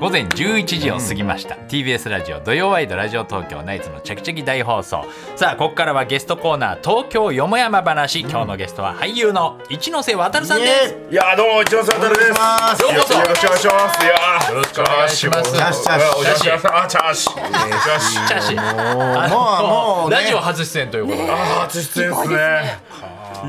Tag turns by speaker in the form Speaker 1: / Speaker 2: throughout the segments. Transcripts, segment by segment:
Speaker 1: 午前11時を過ぎました、TBS ラジオ土曜ワイドラジオ東京ナイツのチャキチャキ大放送さあここからはゲストコーナー東京よもやま話、今日のゲストは俳優の一ノ瀬渉さんです
Speaker 2: いやーどうも一ノ瀬渡です。
Speaker 1: ようこそ
Speaker 2: よろしくお願いします。いやー
Speaker 1: よろしくお願いします
Speaker 2: チャーシュー
Speaker 1: チャ
Speaker 2: も
Speaker 1: ーシュー
Speaker 2: お邪魔しますあチャーシュー。チャーシュー。
Speaker 1: チャーシー
Speaker 3: もうもうね
Speaker 1: ラジオ初出演ということで、
Speaker 2: あー初出演ですね。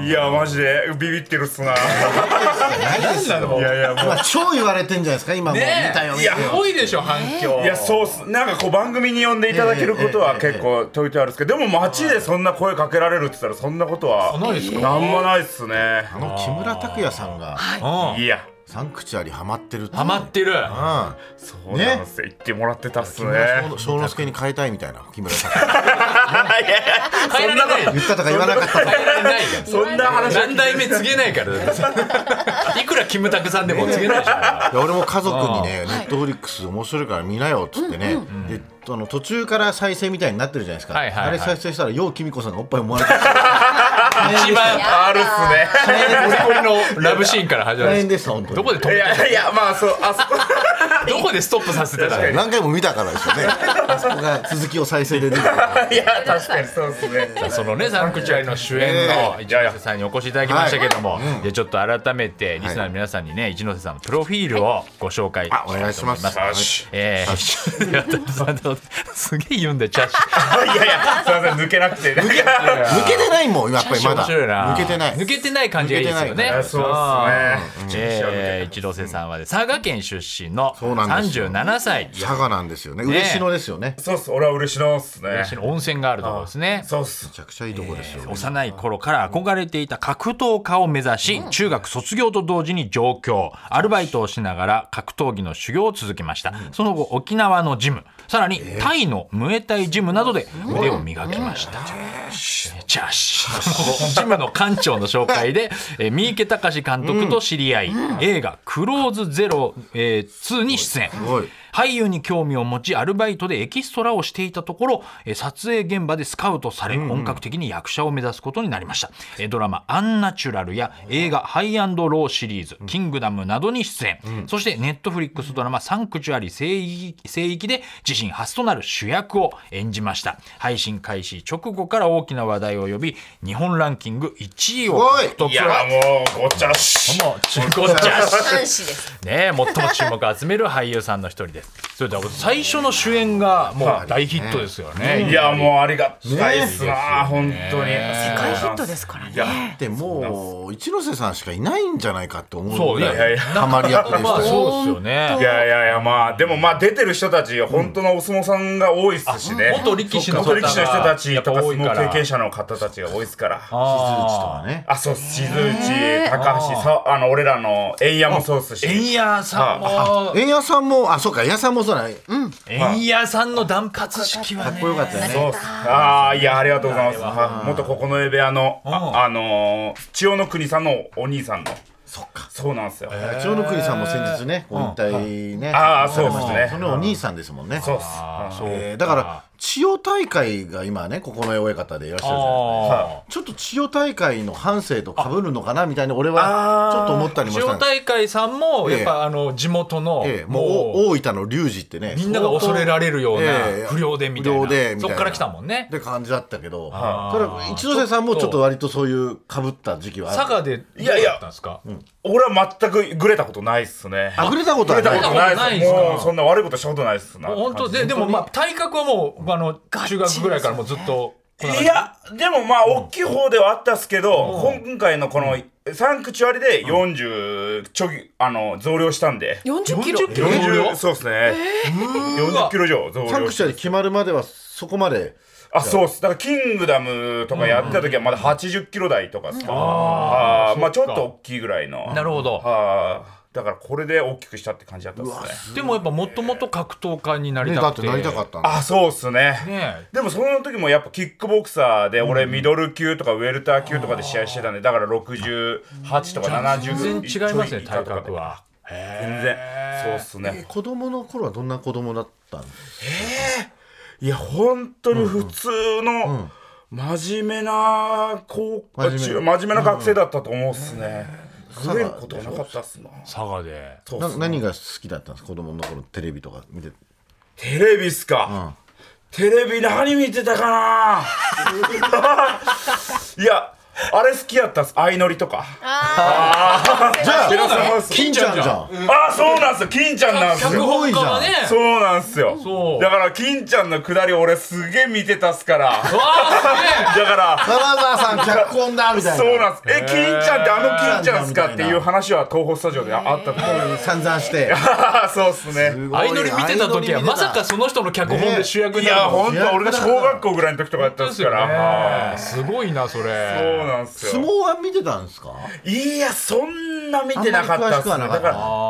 Speaker 2: いやーマジでビビってるっ すな。い
Speaker 3: ないですよ
Speaker 2: やいやも
Speaker 3: 今超言われてんじゃないですか今もう見
Speaker 1: ね
Speaker 3: たよ
Speaker 1: え、
Speaker 3: 見
Speaker 1: い
Speaker 3: た
Speaker 1: や
Speaker 3: よ
Speaker 1: 多いでしょ反響
Speaker 2: ういやそうっすなんかこう番組に呼んでいただけることは結構といてあるんですけどでも街でそんな声かけられるって言ったらそんなことは
Speaker 1: ないですか
Speaker 2: なんもないっすね
Speaker 3: あの木村拓哉さんが
Speaker 1: うん
Speaker 2: いや
Speaker 3: サンクチュアリハマってるって
Speaker 1: ハマってる
Speaker 3: う
Speaker 2: そうなんですよ言ってもらってたっすね
Speaker 3: ん小之助に変えたいみたいな木村拓哉
Speaker 1: 変えられないよ
Speaker 3: 言ったとか言わなかった とか
Speaker 1: 変えられないよ
Speaker 2: そんな話は
Speaker 1: 何代目告げないからいくらキムタクさんでも告げないでしょ
Speaker 3: いや俺も家族にね、ネットフリックス面白いから見なよっつってね、であの途中から再生みたいになってるじゃないですか、
Speaker 1: はいはいはい
Speaker 3: あれ再生したら、ようきみこさんがおっぱい思われてた、
Speaker 1: 一番
Speaker 2: あるっすね
Speaker 1: ゴリゴリのラブシーンから始ま
Speaker 3: 大変
Speaker 1: る
Speaker 3: でした、本当に。
Speaker 1: どこで止
Speaker 2: い
Speaker 1: め
Speaker 2: やいやまあそうあそこ
Speaker 1: どこでストップさせてたの
Speaker 2: 確
Speaker 3: 何回も見たからです よね、あそこが続きを再生で出てくる
Speaker 2: いや確かにそうっすね
Speaker 1: そのねサンクチュアリの主演の一ノ瀬さんにお越しいただきましたけども、いやちょっと改めてリスナーの皆さんにね一ノ瀬さんのプロフィールをご紹介したいと
Speaker 3: お
Speaker 1: 思い
Speaker 3: 願
Speaker 1: ま
Speaker 3: い
Speaker 1: す。
Speaker 3: します。
Speaker 2: よし
Speaker 1: えー、すげえ言うんだよチャーシー
Speaker 2: いやいや、すみません、抜けなくて。抜け
Speaker 3: 抜けてないもん、やっぱり ま
Speaker 1: 面
Speaker 3: だ。
Speaker 1: 白いな
Speaker 3: 抜けてない。
Speaker 1: 抜けてない感じがいいですよ
Speaker 3: 抜けて
Speaker 1: ね
Speaker 3: な
Speaker 2: そうですね。
Speaker 1: えー、一ノ瀬さんはね佐賀県出身の
Speaker 3: そうなんですよ
Speaker 1: 37歳いや
Speaker 3: 佐賀なんですよね。嬉野ですよね。め
Speaker 2: そうっす、俺は嬉しのっすね。
Speaker 1: 温泉があるところですね
Speaker 2: そうっす。
Speaker 3: ちゃくちゃいいとこですよ。
Speaker 1: 幼い頃から憧れていた格闘家を目指し、中学卒業と同時に上京アルバイトをしながら格闘技の修行を続けました、その後沖縄のジムさらにタイのムエタイジムなどで腕を磨きました、チャーシージムの館長の紹介で、えー三池隆監督と知り合い、映画「クローズゼロ、えー2」に出演
Speaker 3: ごい
Speaker 1: 俳優に興味を持ちアルバイトでエキストラをしていたところ、えー撮影現場でスカウトされ、本格的に役者を目指すことになりました、えードラマ「アンナチュラル」や映画「ハイアンドロー」シリーズ「キングダム」などに出演、そしてネットフリックスドラマ「サンクチュアリ聖域」聖域で自身初となる主役を演じました配信開始直後から大きな話題を呼び日本ランキング1位を獲得
Speaker 2: いや、もう、ごちゃし。
Speaker 1: もう中古ジャス
Speaker 4: 男子です。
Speaker 1: ねえ最も注目を集める俳優さんの一人です。それでは最初の主演がもう大ヒットですよね。
Speaker 2: いや、もう、ありがたいっすな、本当に。世
Speaker 4: 大ヒットですから
Speaker 2: いや
Speaker 4: ね。、
Speaker 3: でもう一ノ瀬さんしかいないんじゃないかって思うぐ
Speaker 1: そういや
Speaker 3: ら
Speaker 2: い
Speaker 3: い
Speaker 2: や
Speaker 3: ハマり役で し
Speaker 1: まあ
Speaker 3: たよ。
Speaker 1: そうですよ
Speaker 2: い
Speaker 1: ね。
Speaker 2: やいやいや、まあ、でも、まあ、出てる人たち、本当のお相撲さんが多いっすしね。
Speaker 1: 元力士の方
Speaker 2: 元
Speaker 1: が
Speaker 2: 力士の人たちとか、
Speaker 1: やっぱ
Speaker 2: 相
Speaker 1: 多いから
Speaker 2: 撲経験者の方たちが多いっすから。
Speaker 1: あ
Speaker 3: ね。
Speaker 2: あ、そうっす、静内、高橋、さ、あの、俺らの、エイヤもそうっす
Speaker 1: ー。エン
Speaker 2: し。
Speaker 1: ヤーさんも
Speaker 3: 円谷さんもあそうか円谷さんもそうだね。
Speaker 1: エンヤーさんの断髪式は
Speaker 3: か
Speaker 1: ね
Speaker 3: っこよかったよね。
Speaker 2: そうっす。ああ、いや、ありがとうございます。はい元九重部屋の、ああのー、千代の国さんのお兄さんの。
Speaker 3: そっか。
Speaker 2: そうなんですよ。
Speaker 3: 千代の国さんも先日ねご引退ね。
Speaker 2: ああそうですね
Speaker 3: されましたそのお兄さんですもんね。
Speaker 2: そうっす。
Speaker 1: そう
Speaker 3: えーだから千代大会が今ねここの親方でいらっしゃるじゃないですか。
Speaker 1: あ
Speaker 3: ちょっと千代大会の反省と被るのかなみたいに俺はちょっと思ったり
Speaker 1: ー
Speaker 3: も
Speaker 1: 千
Speaker 3: した
Speaker 1: 代
Speaker 3: んで
Speaker 1: 大
Speaker 3: す
Speaker 1: 会さんも
Speaker 3: ええ
Speaker 1: やっぱあの地元の
Speaker 3: ええ、も
Speaker 1: も
Speaker 3: う
Speaker 1: う
Speaker 3: お大分の龍二ってね
Speaker 1: みんなが恐れ
Speaker 3: る
Speaker 1: られるよう
Speaker 3: ええ
Speaker 1: な不良でみたい
Speaker 3: 不良で
Speaker 1: な
Speaker 3: み
Speaker 1: そ
Speaker 3: たいな
Speaker 1: っから来たもんね
Speaker 3: っ。て感じだったけど
Speaker 2: あ
Speaker 3: それは一ノ瀬さんもちょっと割とそういう被った時期はある
Speaker 1: 佐賀でどう
Speaker 2: いやいや
Speaker 1: だったんですか。
Speaker 2: 俺は全くグレたことないっすね。
Speaker 3: あぐれたこと
Speaker 2: グ
Speaker 3: は
Speaker 2: レた
Speaker 3: な
Speaker 2: こ
Speaker 3: い
Speaker 2: と
Speaker 1: な
Speaker 2: ないいっす。
Speaker 1: ないっすか
Speaker 2: もうそんな悪いことしたことないっすな。
Speaker 1: 本当ででもまあ体格はもうあの中学ぐらいからもうずっとこんな感じ
Speaker 2: いや、でもまあ、大きい方ではあったっすけど、今回のこの、サンクチュアリで40ちょぎ、あの、増量したんで。
Speaker 4: 四十キロ。
Speaker 1: 40キロ
Speaker 2: 40そうっすね。40キロ以上増
Speaker 3: サン
Speaker 2: 量
Speaker 3: ク
Speaker 2: し
Speaker 3: チュアリ決まるまではそこまで
Speaker 2: あ、そうっす。だから、キングダムとかやってた時はまだ80キロ台とかっすかああー、まあちょっと大きいぐらいの。
Speaker 1: なるほど
Speaker 2: はあ。だから、これで大きくしたって感じだったっすね。
Speaker 1: でもやっぱもともと格闘家になり
Speaker 3: ね
Speaker 1: た
Speaker 3: だ
Speaker 1: く、
Speaker 3: っててなりたかったんだ
Speaker 2: あ、そうっすね。
Speaker 1: ね
Speaker 2: でもその時もやっぱキックボクサーで俺ミドル級とかウェルター級とかで試合してたんでだから68とか70
Speaker 1: 全然違いますね
Speaker 2: ちょ
Speaker 1: 体
Speaker 2: 以下とかで
Speaker 1: 格は
Speaker 2: 全然そうっすね
Speaker 3: 子供の頃はどんな子供だったんです
Speaker 2: いや本当に普通の真面目な高
Speaker 3: 真面目
Speaker 2: 中真面目な学生だったと思うっすね触れることはなかったっすな
Speaker 5: 佐賀で
Speaker 2: そうっ
Speaker 3: な
Speaker 2: すね
Speaker 3: 何が好きだったんですか子供の頃テレビとか見て
Speaker 2: テレビっすか、テレビ何見てたかないやあれ好きやったっす相乗りとか
Speaker 3: じゃ
Speaker 2: 寺澤
Speaker 3: あ
Speaker 2: さん
Speaker 3: 金ちゃんじゃん
Speaker 2: あそうなんすよ金ちゃんなんす
Speaker 3: す
Speaker 2: よ
Speaker 3: ごいじゃん
Speaker 1: 脚本家がね
Speaker 2: そうなんすよ
Speaker 1: そう
Speaker 2: だから金ちゃんのくだり俺すげえ見てたっすからだ
Speaker 1: わあすげえ
Speaker 2: から
Speaker 3: 金沢さん脚本だみたいな
Speaker 2: そうなんすえ金ちゃんってあの金ちゃんっすかっていう話は東宝スタジオであったと思うんです
Speaker 3: 散々して
Speaker 2: そうっすね
Speaker 1: 相乗り見てた時はまさかその人の脚本で主役
Speaker 2: い
Speaker 1: になる
Speaker 2: や
Speaker 1: とは
Speaker 2: 本当俺が小学校ぐらいの時とかやったっ
Speaker 1: ですす
Speaker 2: か
Speaker 1: よ
Speaker 2: らは
Speaker 1: ねすごいなそ
Speaker 2: い
Speaker 1: れ
Speaker 2: そうなんすよ
Speaker 3: 相撲は見てたんですか
Speaker 2: いや、そんな見てなかったっす
Speaker 3: あ
Speaker 2: ね。
Speaker 3: んま
Speaker 2: だ
Speaker 3: り詳しくはなかっ
Speaker 2: か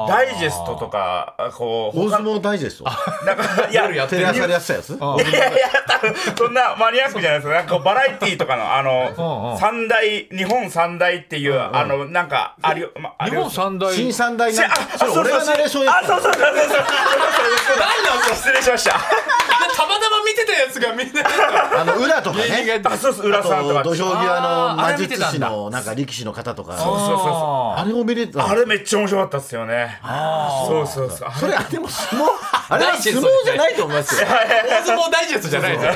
Speaker 3: た
Speaker 2: ら、ダイジェストとか、こう、
Speaker 3: 大相
Speaker 2: 他の
Speaker 3: 撲ダイジェスト
Speaker 2: なんか、いや、
Speaker 1: 夜やってる
Speaker 3: テレ朝でやってたやつ
Speaker 2: いやいや、多分そんなマニアックじゃないですか。なんかこうバラエティーとかの、あ
Speaker 1: うんう
Speaker 2: の、
Speaker 1: ん
Speaker 2: 三大、日本三大っていう、あの、なんか、あり、まあ
Speaker 1: 日本三大
Speaker 3: 新三大なん
Speaker 2: あ、
Speaker 3: か
Speaker 2: あ
Speaker 3: それ
Speaker 2: そう
Speaker 3: 俺
Speaker 2: そう
Speaker 3: がナレーションや
Speaker 2: あ
Speaker 3: っ、てた
Speaker 2: そうそうそうそうそう。そう失礼しました。
Speaker 1: たまたま見てたやつがみんな
Speaker 3: あの裏とか
Speaker 1: 芸人がや
Speaker 3: ね
Speaker 1: って
Speaker 2: あ、そうそう、浦
Speaker 3: あ
Speaker 2: さんとか。そ
Speaker 3: と土
Speaker 2: うそう
Speaker 3: 俵際の
Speaker 1: あーあ
Speaker 3: 魔
Speaker 1: れ見てた
Speaker 3: 術
Speaker 1: んだ
Speaker 3: 師のなんか力士の方とか
Speaker 2: そうそう。
Speaker 3: あれを見れた
Speaker 2: あれめっちゃ面白かったっすよね。そうそうそう。
Speaker 3: それでも相撲あれは相撲じゃないと思いますよ
Speaker 1: 大相撲ダイジェストじゃないですよ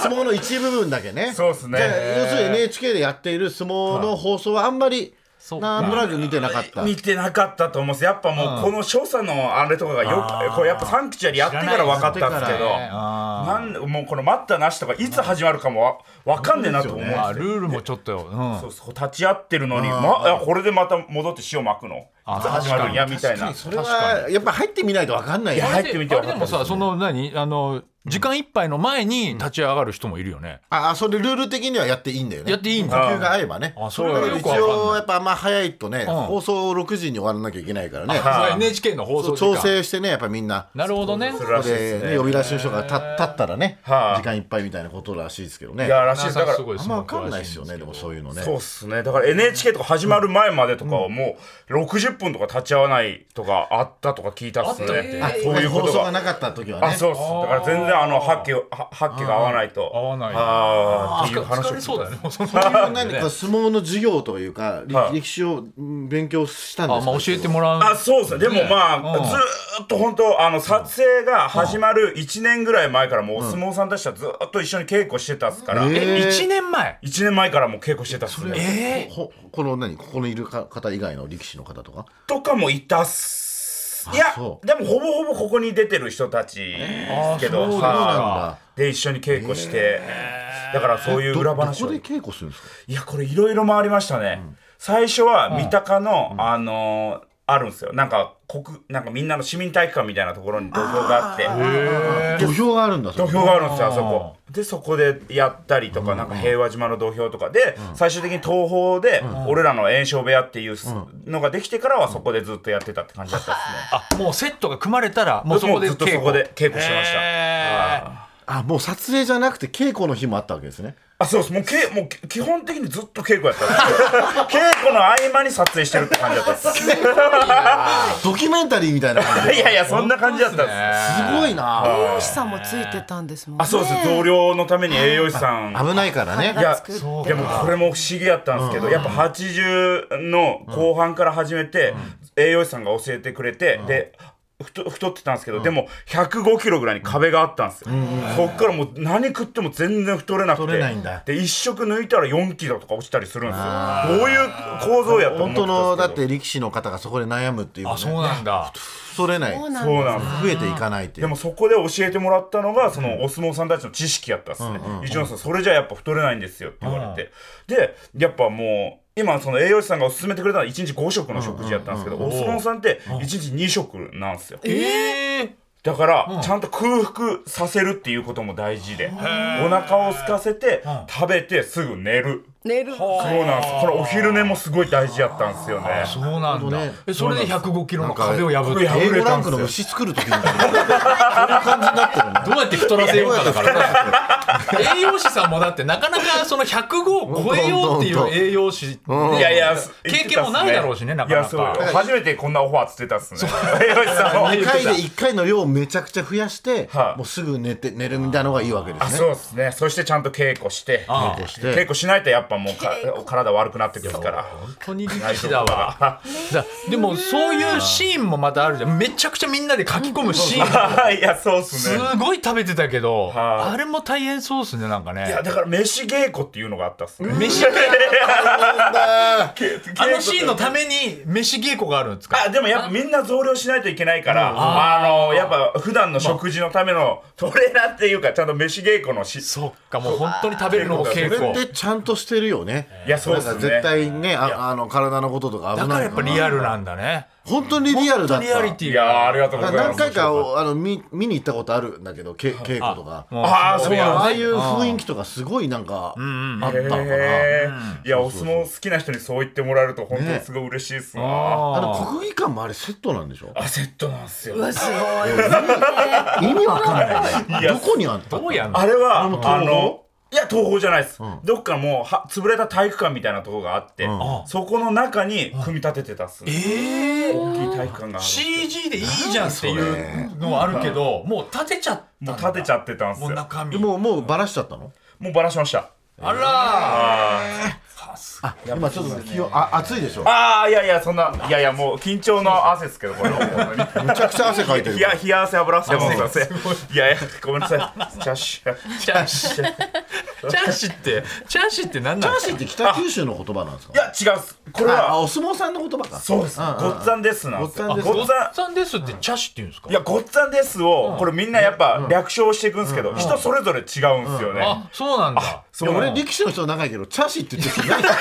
Speaker 3: 相撲の一部分だけね
Speaker 2: そうっすね
Speaker 3: だから要するに NHK でやっている相撲の放送はあんまり
Speaker 1: そう
Speaker 3: なんとなく見てなかった
Speaker 2: 見てなかったと思うんですやっぱもうこの所作のあれとかがよくこうやっぱサンクチュアリやってから分かったんですけどなんでもうこの待ったなしとかいつ始まるかもわ分かんねえなと思うんです
Speaker 1: まあ
Speaker 2: よ
Speaker 1: ルールもちょっとよ
Speaker 2: そうそう立ち会ってるのに、ま、あこれでまた戻って塩巻くのいつ始まるんやみたいな
Speaker 3: それはやっぱ入ってみないとわかんない
Speaker 2: い
Speaker 3: よ
Speaker 1: あ
Speaker 2: や入
Speaker 1: れ
Speaker 2: ってみ
Speaker 1: で
Speaker 2: て
Speaker 1: あ
Speaker 2: 分
Speaker 1: れ
Speaker 2: か
Speaker 1: でも
Speaker 2: ったっすね
Speaker 1: さその何あの時間いっぱいの前に立ち上がる人もいるよね
Speaker 3: ああそれルール的にはやっていいんだよね
Speaker 1: やっていいん
Speaker 3: 呼
Speaker 1: だ
Speaker 3: 吸が合えばね
Speaker 1: あそれはよ
Speaker 3: 一
Speaker 1: くわかんない
Speaker 3: 応やっぱあんま早いとね
Speaker 1: ん
Speaker 3: 放送6時に終わらなきゃいけないからね
Speaker 1: そ
Speaker 2: は
Speaker 1: れ NHK の放送時間
Speaker 3: 調整してねやっぱみんな
Speaker 1: なるほどね
Speaker 2: する
Speaker 3: こ
Speaker 2: ら
Speaker 3: こ
Speaker 2: しいです
Speaker 3: で
Speaker 2: ね
Speaker 3: ね呼び出しの人が立立ったらね時
Speaker 2: はい
Speaker 3: 間いっぱいみたいなことらしいですけどね
Speaker 2: いや
Speaker 3: あ
Speaker 2: らしいですだから
Speaker 1: ごい
Speaker 3: んまわかんないですよねでもそういうのね
Speaker 2: そうっすねだから NHK とか始まる前までとかはもう60分とか立ち会わないとかあったとか聞いたっすね
Speaker 3: あ
Speaker 2: そういうこ
Speaker 3: 放
Speaker 2: と
Speaker 3: 送が
Speaker 2: が
Speaker 3: なかった時はね
Speaker 2: あそうっすだから全然あの発揮発揮が合わないと
Speaker 1: 合わない
Speaker 2: あーっていう話
Speaker 1: 疲
Speaker 2: を聞
Speaker 1: れ
Speaker 2: い
Speaker 1: そう
Speaker 2: た
Speaker 1: だよねもうその
Speaker 3: 何か相撲の授業というか、り
Speaker 2: はい
Speaker 3: 歴史をうん勉強したんで
Speaker 1: あ
Speaker 3: す
Speaker 1: ま
Speaker 3: か
Speaker 1: あ教えてもらう
Speaker 2: あそうですねでもまあ、
Speaker 1: うん
Speaker 2: ずーっと本当あの撮影が始まる1年ぐらい前からもうお相撲さんたちとはずーっと一緒に稽古してたっすから、
Speaker 3: うんえ
Speaker 1: え一年前
Speaker 2: 1年前からもう稽古してたっすね
Speaker 1: え
Speaker 3: ほこの何ここにいるか方以外の力士の方とか
Speaker 2: とかもいたっすい
Speaker 3: あ
Speaker 2: や
Speaker 3: そう
Speaker 2: でもほぼほぼここに出てる人たちですけど、
Speaker 1: あーそうなんだ
Speaker 2: はあで一緒に稽古して、だからそういう
Speaker 3: ど
Speaker 2: 裏
Speaker 3: どこ
Speaker 2: 話を
Speaker 3: で稽古するんですか
Speaker 2: いやこれいろいろ回りましたね、最初は三鷹の、あのーあるんですよなんか国なんかみんなの市民体育館みたいなところに土俵があって
Speaker 3: 土俵があるんだそ
Speaker 2: 土
Speaker 3: こ
Speaker 2: 俵があるんですよあそこでそこでやったりとかなんか平和島の土俵とかで最終的に東宝で俺らの炎症部屋っていうのができてからはそこでずっとやってたって感じだったですね
Speaker 1: あもうセットが組まれたらもうそこで
Speaker 2: ずっと
Speaker 1: 稽
Speaker 2: そこ
Speaker 1: 古
Speaker 2: で稽古してました
Speaker 1: た
Speaker 3: あもう撮影じゃなくて稽古の日もあったわけですね
Speaker 2: あそうですもうけもうけ基本的にずっと稽古やったんです 稽古の合間に撮影してるって感じだったです
Speaker 3: ドキュメンタリーみたいな感じ
Speaker 2: いやいやそんな感じだったんです
Speaker 3: すごいな
Speaker 4: 美容師さんもついてたんですもんね。
Speaker 2: あそうです増量のために栄養士さん
Speaker 3: 危ないからね
Speaker 4: いや作って
Speaker 2: でもこれも不思議やったんですけど、やっぱ80の後半から始めて、栄養士さんが教えてくれて、で太太ってたんですけど、でも105キロぐらいに壁があったんですよ、そっからもう何食っても全然太れなくて
Speaker 3: 太れないんだ
Speaker 2: で1食抜いたら4キロとか落ちたりするんですよどういう構造やと思っ
Speaker 3: 本
Speaker 2: てた
Speaker 3: 当のだ
Speaker 2: ん
Speaker 3: っ
Speaker 2: ですけ
Speaker 3: て力士の方がそこで悩むっていう、ね、
Speaker 1: あそうなんだ
Speaker 3: 太れない
Speaker 4: そう
Speaker 3: 増
Speaker 4: なん
Speaker 2: どそう
Speaker 4: だ。
Speaker 2: なんです
Speaker 3: えていかないってい
Speaker 2: で
Speaker 3: う
Speaker 2: もそこで教えてもらったのがそのお相撲さんたちの知識やったっすね「一ノ瀬さんそれじゃやっぱ太れないんですよ」って言われてでやっぱもう今その栄養士さんがおすすめてくれたのは1日5食の食事やったんですけどお相撲さんって1日2食なんですよ
Speaker 1: ええ
Speaker 2: だからちゃんと空腹させるっていうことも大事でお腹を空かせて食べてすぐ寝る
Speaker 4: 寝る。
Speaker 2: そうなんですこれお昼寝もすごい大事やったんですよね
Speaker 1: そうなんだ
Speaker 3: ね
Speaker 1: えそれで105キロの壁を破っ
Speaker 2: なんか
Speaker 1: て
Speaker 3: 英語ランクの牛作る時みたいなそういう感じになってるね
Speaker 1: どうやって太らせようかだからね栄養士さんもだってなかなかその105を超えようっていう栄養士
Speaker 2: いやいや、
Speaker 1: 経験もないだろうしね
Speaker 2: 言ってたっす
Speaker 1: なかなか
Speaker 2: いや、そうよ初めてこんなオファーつってたっすね。 栄養士さんも
Speaker 3: 2回で1回の量をめちゃくちゃ増やして、
Speaker 2: はい
Speaker 3: もうすぐ寝て寝るみたいなのがいいわけで
Speaker 2: あ
Speaker 3: すね
Speaker 2: そうですね。そしてちゃんと稽古して、稽
Speaker 3: そし
Speaker 2: 古
Speaker 3: て
Speaker 2: しないとやっぱもうか体悪くなってくるから。
Speaker 1: 本当に力士だわだでもそういうシーンもまたあるじゃんめちゃくちゃみんなで書き込むシーン
Speaker 2: はい、いや、そうっ す
Speaker 1: す
Speaker 2: ね。
Speaker 1: ごい食べてたけど
Speaker 2: はい
Speaker 1: あれも大変そうですねなんか
Speaker 2: い
Speaker 1: ね
Speaker 2: や、だから飯稽古っていうのがあったっすね。
Speaker 1: 飯稽古
Speaker 3: あー
Speaker 1: あのシーンのために飯稽古があるんですか
Speaker 2: あでもやっぱみんな増量しないといけないから、あのやっぱ普段の食事のためのトレーナーっていうかちゃんと飯稽古のし
Speaker 1: そっかもう本当に食べるのも稽
Speaker 3: それっ
Speaker 1: 古
Speaker 3: てちゃんとしてるよね
Speaker 2: いやそうっすね
Speaker 3: なんか絶対ねああの体のこととか
Speaker 1: だ
Speaker 3: 危ない
Speaker 1: からやっぱリアルなんだね
Speaker 3: 本当にリアルだった
Speaker 1: リアリテ
Speaker 2: い
Speaker 1: ィ
Speaker 2: や
Speaker 1: が
Speaker 2: ーありがとうございます
Speaker 3: 何回かあの見見に行ったことあるんだけどけ稽古とか
Speaker 1: も
Speaker 2: ああそう
Speaker 3: あ
Speaker 2: なん
Speaker 3: の
Speaker 2: だ
Speaker 3: ああいう雰囲気とかすごいなんかあったのかな
Speaker 2: へーいやお相撲好きな人にそう言ってもらえると本当にすごい嬉しいっすわ、
Speaker 3: あの国技館もあれセットなんでしょ
Speaker 2: あセットなんすよ
Speaker 4: うわすごい
Speaker 3: 意味わかんない
Speaker 2: い
Speaker 3: ね
Speaker 2: や
Speaker 3: どこにあった
Speaker 1: どうやんの
Speaker 2: あれは
Speaker 3: れも東宝
Speaker 2: あのいや東宝じゃないです、どっかもうは潰れた体育館みたいなとこがあって、そこの中に組み立ててたっす、
Speaker 1: えー
Speaker 2: 大きい体育館がある
Speaker 1: CG でいいじゃんっていうのはあるけどもう建てちゃったんだ
Speaker 2: もう建てちゃってたんす
Speaker 1: もう
Speaker 2: よ
Speaker 1: 中身
Speaker 3: でもうもうバラしちゃったの
Speaker 2: もうバラしました
Speaker 1: あら
Speaker 3: 今ちょっと気温あ暑いでしょ
Speaker 2: ああいやいやそんないやいやもう緊張の汗ですけどこれは
Speaker 3: めちゃくちゃ汗かいてる
Speaker 2: い
Speaker 3: か
Speaker 2: や
Speaker 3: ら
Speaker 2: 冷や汗油汗もうすいませんいやいやごめんなさいチャッシュ
Speaker 1: チャーシ ーチャーシーってチャーシーって何なんです
Speaker 3: チャーシーって北九州の言葉なんですか
Speaker 2: いや違うっすこれ
Speaker 3: ああ
Speaker 2: は
Speaker 3: お相撲さんの言葉か
Speaker 2: そうですご
Speaker 3: んうん
Speaker 2: っつぁんですなんですよ
Speaker 3: ごっつぁんです
Speaker 2: ごっつぁん
Speaker 1: かさんですってチャーシーって言うんですか
Speaker 2: いやごっつぁんですをこれみんなやっぱ略称していくんですけど人それぞれ違うんですよね
Speaker 1: あそうなんだ
Speaker 2: そ
Speaker 3: いう
Speaker 2: な
Speaker 3: や俺
Speaker 2: の
Speaker 3: 力士の人長いけどチャーシーって言ってる人いない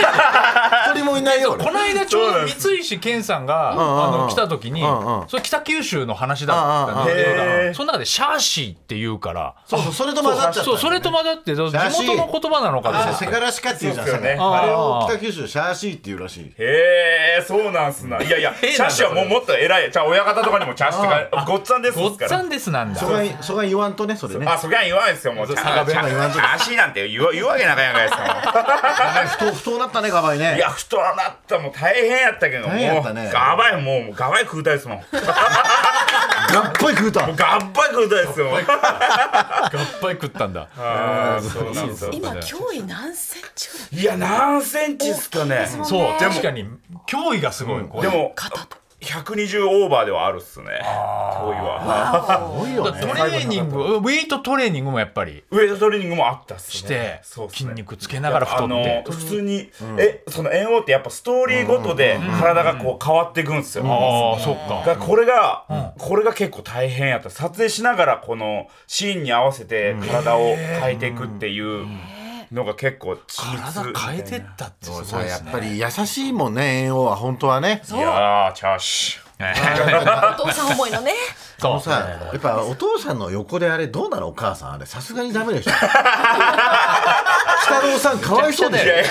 Speaker 3: 一人もいないよ俺
Speaker 1: この間ちょう
Speaker 2: そうな
Speaker 1: ど
Speaker 2: んです
Speaker 1: 三石健さんが
Speaker 3: んうん
Speaker 1: あの来た時に
Speaker 3: んうん
Speaker 1: それ北九州の話だったん
Speaker 2: うんうんうんへ
Speaker 1: で
Speaker 2: ー
Speaker 1: その中でシャーシーって言うから
Speaker 3: そうそうそれと混ざっちゃった
Speaker 1: そうそれと混ざって地元
Speaker 3: ャーシー
Speaker 1: の言葉なのかと思
Speaker 3: あ
Speaker 1: っ
Speaker 3: セ
Speaker 1: て
Speaker 3: カラシカっていうじゃん
Speaker 2: そうですよね
Speaker 3: あれ
Speaker 1: あ
Speaker 3: を
Speaker 1: ー
Speaker 3: 北九州でシャーシーっていうらしい
Speaker 2: へえそうなんすないやいやチ
Speaker 1: 変なん
Speaker 2: ャ
Speaker 1: だ
Speaker 2: ッシュはもうもっと偉いじゃあ親方とかにもチャッシュとかごっつぁんです
Speaker 1: ご
Speaker 2: で
Speaker 1: っ
Speaker 2: す
Speaker 1: つ
Speaker 2: か
Speaker 1: ぁ
Speaker 2: ら
Speaker 1: んですなんだ
Speaker 3: そこはそこは言わんとねそれね
Speaker 2: あそりゃ言わないですよもうチャ
Speaker 1: 坂
Speaker 2: ー
Speaker 1: 部
Speaker 2: シ
Speaker 1: が
Speaker 3: 言わんと
Speaker 2: ーなんて言う言うわけなかやんかいですから
Speaker 3: 不当不当なったねガバイね
Speaker 2: いや、太らなったもう大変やったけど、もう
Speaker 3: 大変やったね、
Speaker 2: ガバイ、もう、ガバイ食うたいですもん。
Speaker 3: がっぽい食うた
Speaker 2: ガッバイ食うたいですよ。
Speaker 1: がっぱい食ったんだ
Speaker 2: あーそうなんですよ
Speaker 4: 今脅威何センチぐらい
Speaker 2: いや、何センチっすかね。
Speaker 1: そう
Speaker 2: でも
Speaker 1: 確かに脅威がすごいこれ
Speaker 2: でも、120オーバーではあるっすね。こういうは。
Speaker 3: 多いよ
Speaker 1: だ
Speaker 3: ね
Speaker 1: からトレーニングウェイトトレーニングもやっぱり
Speaker 2: ウエイトトレーニングもあったっすね。
Speaker 1: して
Speaker 2: そうっす
Speaker 1: 筋
Speaker 2: ね
Speaker 1: 肉つけながら太っ
Speaker 2: あの
Speaker 1: て
Speaker 2: 普通に、えその猿王ってやっぱストーリーごとで体がこう変わっていくんですよ、
Speaker 1: ああそっか
Speaker 2: がこれが、これが結構大変やった撮影しながらこのシーンに合わせて体を変えていくっていうのが結構
Speaker 1: 体変えてったってすごい
Speaker 3: さ
Speaker 1: で
Speaker 3: や
Speaker 1: す
Speaker 3: っ
Speaker 1: ね
Speaker 3: ぱり優しいもんね猿翁は本当はね
Speaker 2: いやーチャーシ
Speaker 4: お父さん思いの ね
Speaker 1: そう
Speaker 3: さやっぱお父さんの横であれどうなのお母さんあれさすがにダメで しょ北郎さんかわいそうだよ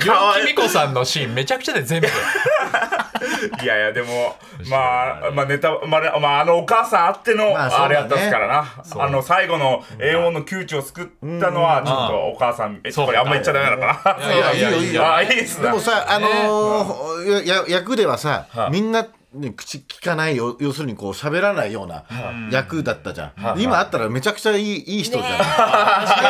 Speaker 2: ュかわ
Speaker 1: ヨン
Speaker 2: い
Speaker 1: キミコさんのシーンめちゃくちゃで全部
Speaker 2: いやいやでもまあまあネタまあ、まあ、あのお母さんあっての
Speaker 3: まあそうだね
Speaker 2: あれやったっすからな、あの最後の猿王の窮地を救ったのはちょっとお母さんえこれあんま言っちゃダメだから
Speaker 1: いやいやいやいやいや
Speaker 2: あいいっす
Speaker 3: で
Speaker 2: な
Speaker 3: もさあのーやや役ではさみんなね口聞かないよ要するにこう喋らないような役だったじゃん今あったらめちゃくちゃいいいい人じゃ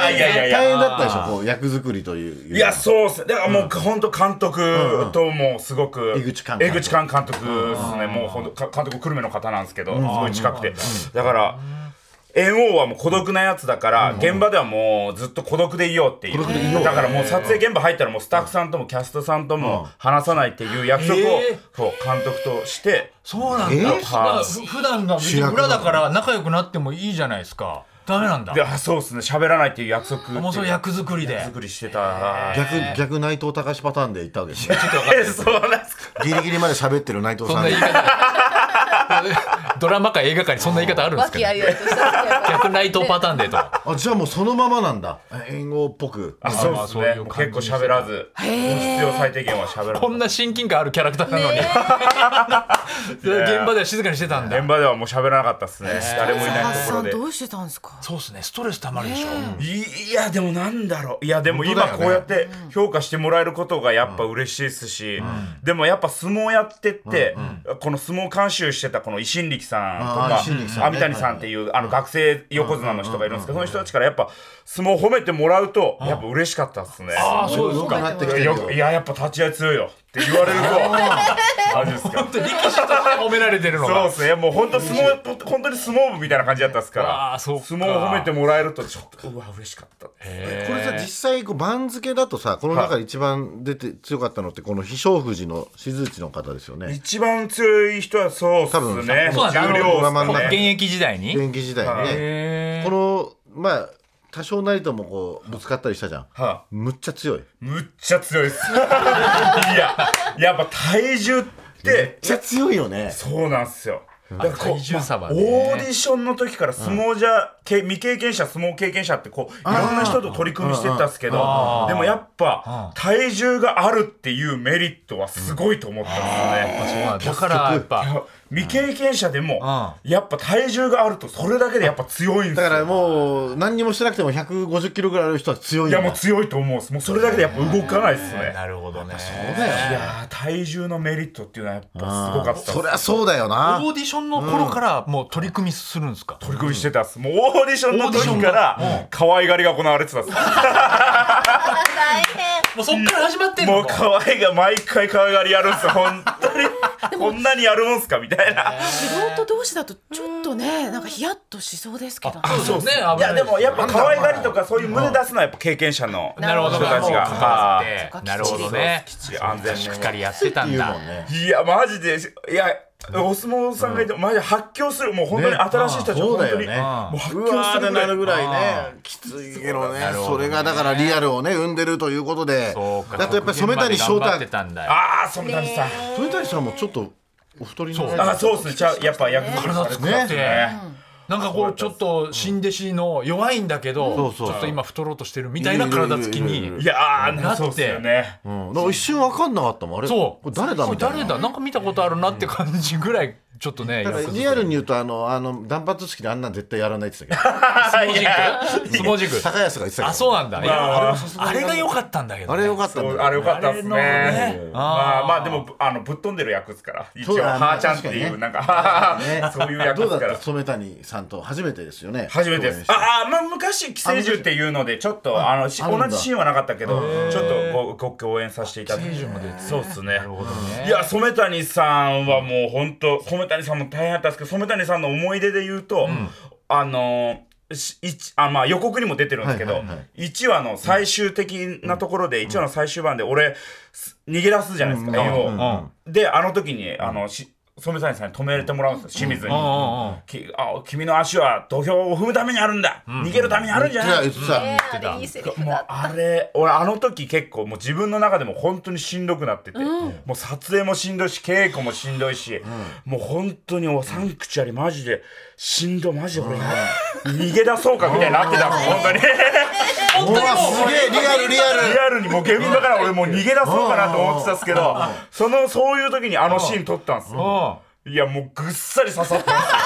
Speaker 3: ん
Speaker 2: あいやいやいや
Speaker 3: 大変だったでしょこう役作りという
Speaker 2: いやそうっすねだからもう本当監督ともうすごく
Speaker 3: 江口寛監
Speaker 2: 江
Speaker 3: 督
Speaker 2: 口寛監督ですねもうほんとか監督久留米の方なんですけどすごい近くてだから猿王はもう孤独なやつだから現場ではもうずっと孤独でいようっていうだからもう撮影現場入ったらもうスタッフさんともキャストさんとも話さないっていう約束を
Speaker 1: え
Speaker 2: そう監督として
Speaker 1: そうなん
Speaker 3: え
Speaker 1: だ
Speaker 3: ー
Speaker 1: まあふ普段が
Speaker 3: 主役な
Speaker 1: 裏
Speaker 3: の
Speaker 1: だから仲良くなってもいいじゃないですかダメなんだ
Speaker 2: であそうですね喋らないっていう約束っていう
Speaker 1: もうそれ役作りで
Speaker 2: 役作りしてた
Speaker 3: 逆逆内藤隆パターンで 行ったわけでしょ
Speaker 2: えそうなんですか
Speaker 3: ギリギリまで喋ってる内藤
Speaker 1: そん
Speaker 3: さん
Speaker 1: な
Speaker 3: で
Speaker 1: 言い方 ドラマか映画かにそんな言い方あるんで
Speaker 4: 和
Speaker 1: すか
Speaker 4: 気あい
Speaker 1: ね
Speaker 4: あいとした
Speaker 1: 逆内藤パターンでと
Speaker 3: あじゃあもうそのままなんだ援護っぽく
Speaker 2: あそうです
Speaker 1: まあ
Speaker 2: ね
Speaker 1: そういう
Speaker 2: もう
Speaker 1: 感じ
Speaker 2: 結構喋らず必要最低限は喋らず
Speaker 1: こんな親近感あるキャラクターなのに
Speaker 4: ね
Speaker 1: それ現場では静かにしてたんだ
Speaker 2: 現場ではもう喋らなかったですね、誰もいないとこ
Speaker 4: さ
Speaker 2: ろ
Speaker 4: ん
Speaker 2: で
Speaker 4: どうしてたんですか。
Speaker 1: そうですねストレスたまるでしょ、
Speaker 2: いいやでもなんだろういやでも今
Speaker 3: 本当だよね
Speaker 2: こうやって評価してもらえることがやっぱ嬉しいですし、でもやっぱ相撲やってって、この相撲監修してたこの維新力さんと
Speaker 3: あー
Speaker 2: か
Speaker 3: 維新力さんね
Speaker 2: 網谷さんっていうあの学生横綱の人がいるんですけどその人たちからやっぱ相撲褒めてもらうとやっぱ嬉しかったですね。
Speaker 1: あそうです
Speaker 3: 良くなってき
Speaker 2: い
Speaker 3: てる
Speaker 2: や
Speaker 3: よ
Speaker 2: よくいややっぱ立ち合い強いよって言われるとマジですか
Speaker 1: 力士として褒められてるの
Speaker 2: そう
Speaker 1: が
Speaker 2: ですねもう本当相撲本当に相撲部みたいな感じだったですから
Speaker 1: あーそっか
Speaker 2: 相撲を褒めてもらえるとちょっとうわ嬉しかった
Speaker 3: これさ実際こう番付だとさこの中で一番出て強かったのってこの飛翔富士の静内の方ですよね
Speaker 2: 一番強い人はそうっす
Speaker 3: 多分
Speaker 2: ね。
Speaker 1: そうなんだ
Speaker 2: 重量っすね
Speaker 3: ドラマの中
Speaker 1: 現役時代に
Speaker 3: 現役時代ねこのまあ多少なりともこうぶつかったりしたじゃん
Speaker 2: は
Speaker 3: むっちゃ強い
Speaker 2: いむっちゃ強いっす。い や、やっぱ体重って、
Speaker 3: ちゃ強いよね
Speaker 2: そうなんすよ。だからこう
Speaker 1: 体重差は
Speaker 2: まあ
Speaker 1: ね
Speaker 2: オーディションの時から相撲じゃ、け未経験者相撲経験者ってこういろんな人と取り組みしてたっすけどでもやっぱ体重があるっていうメリットはすごいと思ったんですよね。
Speaker 1: だからやっ
Speaker 2: い
Speaker 1: ぱ
Speaker 2: や未経験者でもやっぱ体重があるとそれだけでやっぱ強いんです
Speaker 3: だ
Speaker 2: よ
Speaker 3: からもう何にもしてなくても150キロぐらいある人は強いん
Speaker 2: い
Speaker 3: だ
Speaker 2: やもう強いと思うっすもうそれだけでやっぱ動かないっすね
Speaker 1: なるほどね
Speaker 2: いやー体重のメリットっていうのはやっぱすごかったっす
Speaker 3: そりゃそうだよな
Speaker 1: オーディションの頃からもう取り組みするんですか、
Speaker 2: 取り組みしてたっすもうオーディションの時から可愛がりが行われてたっす
Speaker 4: 大変。
Speaker 1: もうそっから始まってんの
Speaker 2: もう可愛が毎回可愛がりやるんすよ本当にこんなにやるもんすかみたいな
Speaker 4: 素人同士だとちょっとね、なんかヒヤッとしそうですけど。
Speaker 1: そうですね
Speaker 2: い
Speaker 1: 危な
Speaker 2: や
Speaker 1: い
Speaker 2: でもやっぱ可愛がりとかそういう胸出すのはやっぱ経験者の
Speaker 1: なるほど
Speaker 2: 人たちが
Speaker 1: な
Speaker 2: は
Speaker 1: るほ
Speaker 4: そ
Speaker 1: ど
Speaker 4: っか
Speaker 1: なるほどね
Speaker 2: い安全し
Speaker 1: しっかりやってた
Speaker 3: 言
Speaker 1: ん
Speaker 3: う
Speaker 1: だ
Speaker 3: もんね
Speaker 2: いいやマジでいやお相撲さんがいてマジで発狂するもう本当に新しい人たちは
Speaker 3: そ
Speaker 2: 本
Speaker 3: うだ
Speaker 2: 当
Speaker 3: よ
Speaker 2: に
Speaker 3: ね
Speaker 2: もう発
Speaker 3: う
Speaker 2: 狂
Speaker 3: わ
Speaker 2: す
Speaker 3: ー
Speaker 2: るぐ
Speaker 3: って
Speaker 2: ら
Speaker 3: ないるぐらいねきついけどねそれがだからリアルをね生んでるということで
Speaker 1: そうか
Speaker 3: だとやっぱり染谷翔
Speaker 1: 頑張って
Speaker 3: 太
Speaker 1: たんだよ
Speaker 2: ああ染谷さん
Speaker 3: 染谷さんもちょっとお太りになられ
Speaker 2: あ
Speaker 3: た
Speaker 2: あそうですね。じゃあやっぱ役
Speaker 1: 体作って
Speaker 2: ですね。
Speaker 1: なんかこうちょっと新弟子の弱いんだけど、ちょっと今太ろうとしてるみたいな体つきに、
Speaker 2: いやあな
Speaker 1: だって
Speaker 2: そうですよね。
Speaker 3: うんだから一瞬分かんなかったもんあれ
Speaker 1: そう
Speaker 3: これ誰だ
Speaker 1: こ
Speaker 3: み
Speaker 1: れ
Speaker 3: たい
Speaker 1: 誰
Speaker 3: な
Speaker 1: だなんか見たことあるなって感じぐらいちょっとね
Speaker 3: だから
Speaker 1: 役作り
Speaker 3: リアルに言うとあのあの断髪式であんなん絶対やらないって言ってたけ
Speaker 1: 相撲軸相撲軸
Speaker 3: ど高安が言ってたけど
Speaker 1: あそうなんだいや
Speaker 2: あ
Speaker 1: あれあれが良かったんだけど
Speaker 3: あ
Speaker 1: ね
Speaker 3: れよかったんだ
Speaker 2: そう
Speaker 3: よ
Speaker 2: あれよかったです
Speaker 1: あれ
Speaker 2: ね
Speaker 1: のね。
Speaker 2: まあまあでもあのぶっ飛んでる役ですから。一
Speaker 3: そう
Speaker 2: 応
Speaker 3: だね
Speaker 2: ハーちゃんってい
Speaker 3: 確か
Speaker 2: う
Speaker 3: にね
Speaker 2: なんか そういう役で
Speaker 3: ど
Speaker 2: す
Speaker 3: うだっ
Speaker 2: か
Speaker 3: た
Speaker 2: ら。
Speaker 3: 染谷さんと初めてですよね
Speaker 2: 初めてです。
Speaker 3: 共演して
Speaker 2: ああまあ昔寄生獣っていうのでちょっとあのし
Speaker 3: あるん
Speaker 2: 同
Speaker 3: だ
Speaker 2: じシーンはなかったけどちょっとごご共演させていただいて。寄生獣も出そうですね。いや染谷さんはもう本当染谷さんも大変だったんですけど染谷さんの思い出で言うと、あのし一あまあ、予告にも出てるんですけ
Speaker 3: は
Speaker 2: ど、
Speaker 3: いはいはい
Speaker 2: 一1話の最終的なところで、一1話の最終盤で俺す逃げ出すじゃないですか、絵を、であの時にあのし染谷さんに止めてもらうんですよ清水に、きあ「君の足は土俵を踏むためにあるんだ、逃げるためにあるんじゃない」
Speaker 3: 言ってた言って
Speaker 4: あれいいセリフ
Speaker 2: もう
Speaker 4: だ。
Speaker 2: あれ俺あの時結構もう自分の中でも本当にしんどくなってて、もう撮影もしんどいし稽古もしんどいし、もう本当におサンクチュアリマジでしんどマジで俺、逃げ出そうかみたいになってたもん本当に
Speaker 3: たうわすげえリアルリアル
Speaker 2: リアルにもう現場から俺もう逃げ出そうかなと思ってたんですけどそのそういう時にあのシーン撮ったんですよいやもうぐっさり刺さったんですよ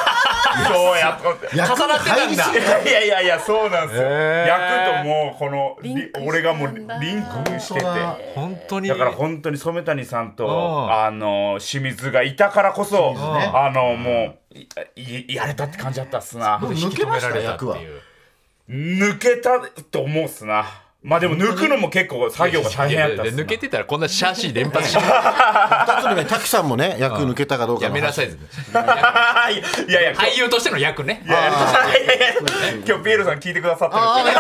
Speaker 2: そうやっと
Speaker 3: 重
Speaker 1: なってたんだ
Speaker 2: いやいやいやいやそうなんですよ。役ともうこのり
Speaker 4: リンクして
Speaker 2: 俺がもうリ
Speaker 4: たんだ
Speaker 2: ンクしてて。だ
Speaker 1: 本当に
Speaker 2: から本当に染谷さんと
Speaker 1: ん
Speaker 2: あの清水がいたからこそ、あのもういいやれたって感じだったっすな
Speaker 3: 抜けました役は
Speaker 2: 抜けたと思うっすなまあでも抜くのも結構作業が大変やったっすな
Speaker 1: 抜けてたらこんなシャーシー連発してる
Speaker 3: あとね、滝さんもね、役抜けたかどうか
Speaker 1: や
Speaker 3: の
Speaker 1: めなさい
Speaker 2: いやいやいや
Speaker 1: 俳優としての役ね
Speaker 2: 今日ピエールさん聞いてくださってる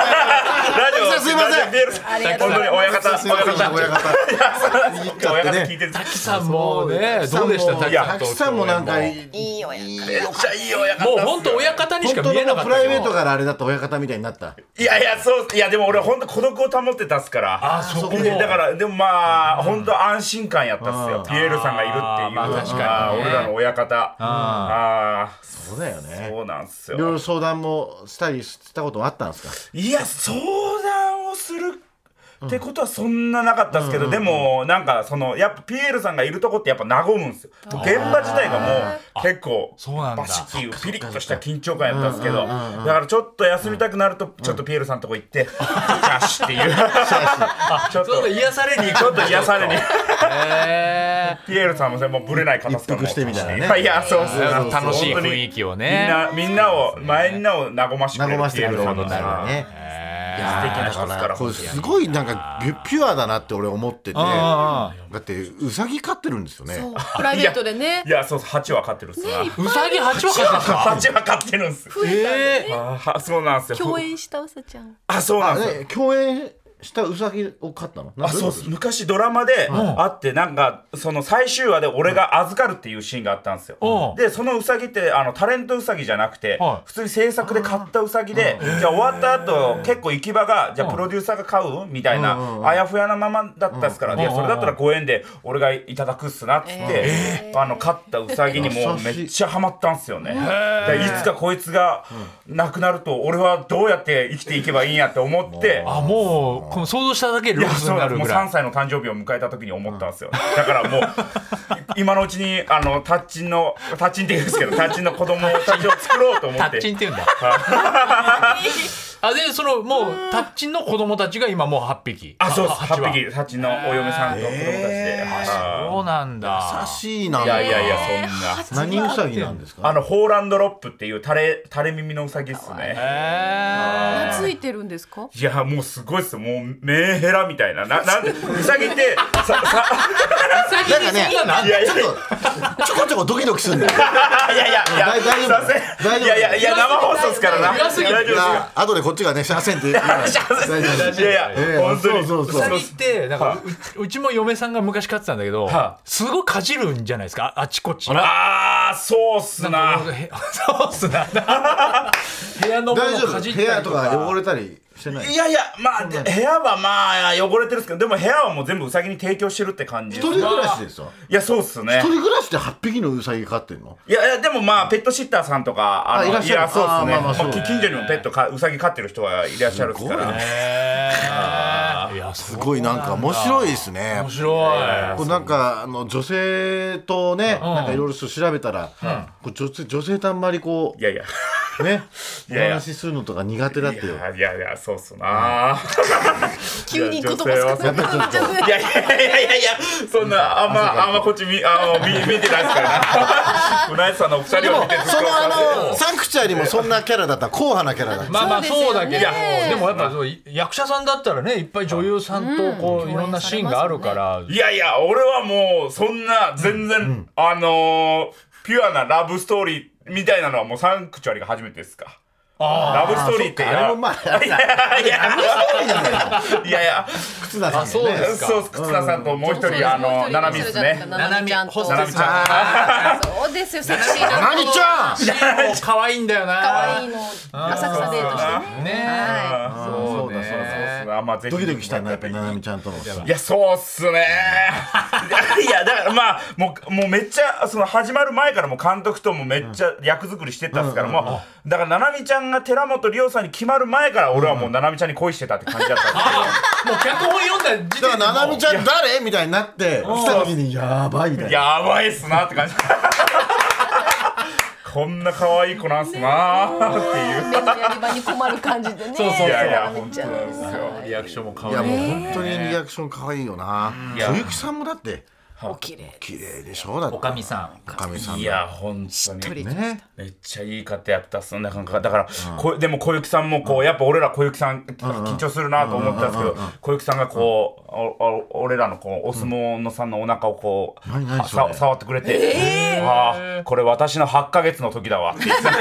Speaker 2: ラジオ
Speaker 3: すいません
Speaker 2: ラジオピエールさ
Speaker 4: ありが
Speaker 2: ん
Speaker 4: とう
Speaker 2: 本
Speaker 4: ご
Speaker 2: 当
Speaker 4: ざい
Speaker 2: に親
Speaker 4: ます
Speaker 2: 方
Speaker 3: すいません、
Speaker 2: 親方
Speaker 3: 親方。言っちゃ
Speaker 2: 親
Speaker 3: って
Speaker 2: 方聞い
Speaker 3: ね。
Speaker 2: てる
Speaker 1: 滝さんもねどうでした滝
Speaker 2: いや
Speaker 1: さんと
Speaker 3: 滝さんもなんか、い
Speaker 4: いい親方。
Speaker 2: めっちゃいい親方
Speaker 1: もう本当親方にし
Speaker 3: 本
Speaker 1: か
Speaker 3: 当
Speaker 1: 見えな
Speaker 3: の
Speaker 1: かっ
Speaker 3: プ
Speaker 1: た
Speaker 3: ラ
Speaker 1: け
Speaker 3: イ
Speaker 1: ど
Speaker 3: ベートからあれだと親方みたいになった。
Speaker 2: いやいや、そう、いや、でも俺、本当孤独を保ってたっすから。あ
Speaker 1: あそこも
Speaker 2: でだから、でもまあ、本当安心感やったっすよ。ピエールさんがいるっていう。
Speaker 1: あーまあ確かにね
Speaker 2: 俺らの親方。ああ、
Speaker 3: そうだよね。
Speaker 2: そうなんす
Speaker 3: いろいろ
Speaker 2: よ。
Speaker 3: 相談もしたりしたこともあったんですか
Speaker 2: いや、相談をするってことはそんななかったですけど、でもなんかそのやっぱピエールさんがいるとこってやっぱ和むんですよもう現場自体がもう結構
Speaker 1: そうなんだ
Speaker 2: バシッキピリッとした緊張感やったんですけどだからちょっと休みたくなるとちょっとピエールさんのとこ行って「ガシ」っていうちょっ
Speaker 1: ちょっ
Speaker 2: と
Speaker 1: と癒されに行
Speaker 2: ち
Speaker 1: こ
Speaker 2: ょ
Speaker 1: う
Speaker 2: っ
Speaker 1: と
Speaker 2: と癒されに
Speaker 1: え
Speaker 2: ピエールさんもそれもうぶれない方ですから
Speaker 3: 一服してみたいなね
Speaker 2: やいやそうっすね
Speaker 1: ー楽しい雰囲気を
Speaker 2: みん
Speaker 1: ね
Speaker 2: なみんなを前みんなを和ましてく
Speaker 3: 和
Speaker 2: れる
Speaker 3: ま
Speaker 2: っ
Speaker 3: してて
Speaker 2: い
Speaker 3: くれ
Speaker 2: う
Speaker 3: る
Speaker 2: のが
Speaker 3: ものだからね
Speaker 2: 素敵な人ですから
Speaker 3: これすごいなんかピュピュアだなって俺思っててだってウサギ飼ってるんですよね
Speaker 4: そうプライベートでね
Speaker 2: いやそう蜂は飼ってるっすな
Speaker 1: うさぎ八は勝った
Speaker 2: 蜂は飼ってるんす
Speaker 4: 増えたんでね
Speaker 2: あーそうなんですよ
Speaker 4: 共演したうさちゃん
Speaker 2: あそうなんですよ
Speaker 3: ね共演したウサギを飼ったの
Speaker 2: あそうっす昔ドラマであってなんかその最終話で俺が預かるっていうシーンがあったんですよ、
Speaker 1: うん
Speaker 2: でそのウサギってあのタレントウサギじゃなくて、
Speaker 1: はい
Speaker 2: 普通に制作で買ったウサギで、じゃあ終わった後、結構行き場がじゃあプロデューサーが買うみたいな、あやふやなままだったですから、いやそれだったらご縁で俺がいただくっすなっつって、あの買ったウサギにもうめっちゃハマったんですよね、でいつかこいつが亡くなると俺はどうやって生きていけばいいんやって思って、
Speaker 1: あもうこの想像しただけでロ
Speaker 2: いや
Speaker 1: ス
Speaker 2: そう
Speaker 1: にな
Speaker 2: な
Speaker 1: ん
Speaker 2: で
Speaker 1: る
Speaker 2: すも
Speaker 1: ぐ
Speaker 2: う
Speaker 1: ら
Speaker 2: 3
Speaker 1: い
Speaker 2: 歳の誕生日を迎えた時に思ったんですよ、だからもう今のうちにあのタッチンのタッチンって言うんですけどタッチンの子供たちを作ろうと思
Speaker 1: タ
Speaker 2: っ
Speaker 1: ッチン
Speaker 2: て
Speaker 1: って言うんだあでそのもうタッチンの子供たちが今もう8匹
Speaker 2: あそうです
Speaker 1: 八
Speaker 2: 8匹タッチンのお嫁さんと子供たちで、は
Speaker 1: そうなんだ
Speaker 3: 優しいない
Speaker 2: やいやいやそんな、
Speaker 3: 何ウサギなんですか
Speaker 2: あのホーランドロップっていう垂れ垂れ耳のウサギっすね
Speaker 1: へ
Speaker 4: 懐いてるんですか
Speaker 2: いやもうすごいっすよもうメンヘラみたいなななんでウサギってささ
Speaker 3: なんかね
Speaker 2: いやいや
Speaker 3: ちょっとちょこちょこドキドキするんだ よ
Speaker 2: いやいやいや
Speaker 3: 大丈夫
Speaker 2: すいません
Speaker 3: 大丈夫
Speaker 2: いやいやいや生放送ですからな
Speaker 1: 弱すぎる
Speaker 2: 大丈夫ですか
Speaker 3: あとでこっちがねしゃせん って言うから大丈夫
Speaker 2: いやいや、
Speaker 3: ええ
Speaker 2: 本当に。
Speaker 3: そう
Speaker 1: う
Speaker 3: そう
Speaker 1: さ
Speaker 3: そ
Speaker 1: ぎ
Speaker 3: う
Speaker 1: ってなんかううちも嫁さんが昔飼ってたんだけど
Speaker 2: はあ
Speaker 1: すごいかじるんじゃないですかああちこち
Speaker 2: ああ、そうっすな。
Speaker 1: なんかへ そうっすな部屋のも
Speaker 3: 大
Speaker 1: の
Speaker 3: 丈
Speaker 1: かじっ
Speaker 3: 夫部
Speaker 1: た
Speaker 3: 屋
Speaker 1: り
Speaker 3: と
Speaker 1: と
Speaker 3: か
Speaker 1: か
Speaker 3: 汚れたりしてな い
Speaker 2: いやいや、まあ、で部屋はまあ、汚れてるんですけど、でも部屋はもう全部ウサギに提供してるって感じ
Speaker 3: 一
Speaker 2: です。
Speaker 3: 人暮らしですよ
Speaker 2: いや、そうっすね
Speaker 3: 一。人暮らしで8匹のウサギ飼ってんの
Speaker 2: いやいや、でもまあ、ペットシッターさんとか、あの
Speaker 3: あいらっしゃる
Speaker 2: や、そうっすね。
Speaker 3: あーまあまあそう
Speaker 2: まあ近所にもペットか、ウサギ飼ってる人はいらっしゃるっすから。
Speaker 1: いやす
Speaker 3: すごいなんか面白いですね
Speaker 1: 面白い
Speaker 3: こうなんかあの女性とねなんかいろいろ調べたらこう女性女性とあんまりこ
Speaker 2: いやいや、
Speaker 3: うねお
Speaker 2: いやいや
Speaker 3: 話しするのとか苦手だって
Speaker 2: い
Speaker 3: よ
Speaker 2: やいやいや、そうっすな。
Speaker 4: 急に言葉少なく なっちゃう
Speaker 2: いやいやいやいやいや、そんな、あんま、あんまこっち見、あの、見、見てないっすからな。 うなえさんのお二
Speaker 3: で
Speaker 2: 人を
Speaker 3: も
Speaker 2: 見てずっと
Speaker 3: そのあのサンクチュアリもそんなキャラだった硬派なキャラだった
Speaker 1: まあまあ
Speaker 4: そうですよね
Speaker 1: そうだけど
Speaker 4: いや
Speaker 1: でもやっぱそうい役者さんだったらねいっぱい女優さんとこういろんなシーンがあるから
Speaker 2: いやいや、俺はもう、そんな、全然、あのーピュアなラブストーリーみたいなのはもうサンクチュアリが初めてですか。ラブストーリーって、い
Speaker 3: あれ
Speaker 2: や
Speaker 3: もまああれだ
Speaker 2: いやいやいや、
Speaker 3: 忽那さんだ
Speaker 1: あそう
Speaker 3: よね
Speaker 1: ですか
Speaker 2: そう、忽那さんともう一人、あの、ななみですね。
Speaker 4: ななみちゃんと
Speaker 1: ホス
Speaker 2: な
Speaker 1: テ
Speaker 2: な
Speaker 1: ス
Speaker 2: みちゃ
Speaker 4: そうですよセクシーな
Speaker 3: なにちゃん
Speaker 1: シーンも可愛いんだよな
Speaker 4: 可愛いの浅草デートしてね
Speaker 1: ね
Speaker 4: は
Speaker 3: そうだそうだそうだ
Speaker 2: ん。あまあ、ぜひ
Speaker 3: ドキドキしたなやっぱりななみちゃんとの
Speaker 2: いや、そうっすね。い やいや、だからまあ、もう、もうめっちゃ、その始まる前からもう監督ともめっちゃ役作りしてたっすから、もう、だから、ななみちゃんが寺本理央さんに決まる前から、俺はもうななみちゃんに恋してたって感じだ ったんですけど。
Speaker 1: もう脚本読んだ時
Speaker 3: だか
Speaker 1: 点で
Speaker 3: らなな
Speaker 1: もう
Speaker 3: みちゃん誰みたいになって来た時にやばいだよ
Speaker 2: やばいっすなって感 じ。こんな可愛い子なんすなってい
Speaker 4: い
Speaker 2: う。
Speaker 4: 目のやり場に困る感じでねそう
Speaker 1: そうそう
Speaker 2: いやい
Speaker 4: な
Speaker 2: や、
Speaker 4: なみ
Speaker 2: 本当
Speaker 4: ちゃん
Speaker 2: なんですよ。い
Speaker 1: リ
Speaker 2: や
Speaker 1: アクションも可
Speaker 3: いや
Speaker 1: 愛
Speaker 3: もう
Speaker 1: い
Speaker 3: 本当にリアクション可愛いよな小雪さんもだって
Speaker 4: お綺麗
Speaker 3: 綺麗でしょだって
Speaker 1: おかみさん
Speaker 3: おかみさん
Speaker 2: い
Speaker 3: だ
Speaker 2: や、本当に。
Speaker 3: ね
Speaker 2: めっちゃいい方やったっすね、なんかだから、こでも小雪さんもこうやっぱ俺ら小雪さん緊張するなと思ったんですけど小雪さんがこう、おお俺らのこうお相撲のさんのお腹をこう、
Speaker 3: 何何
Speaker 2: あ
Speaker 3: それ
Speaker 2: さ触ってくれて「あーこれ私の8ヶ月の時だわ」って言 ってた
Speaker 1: あ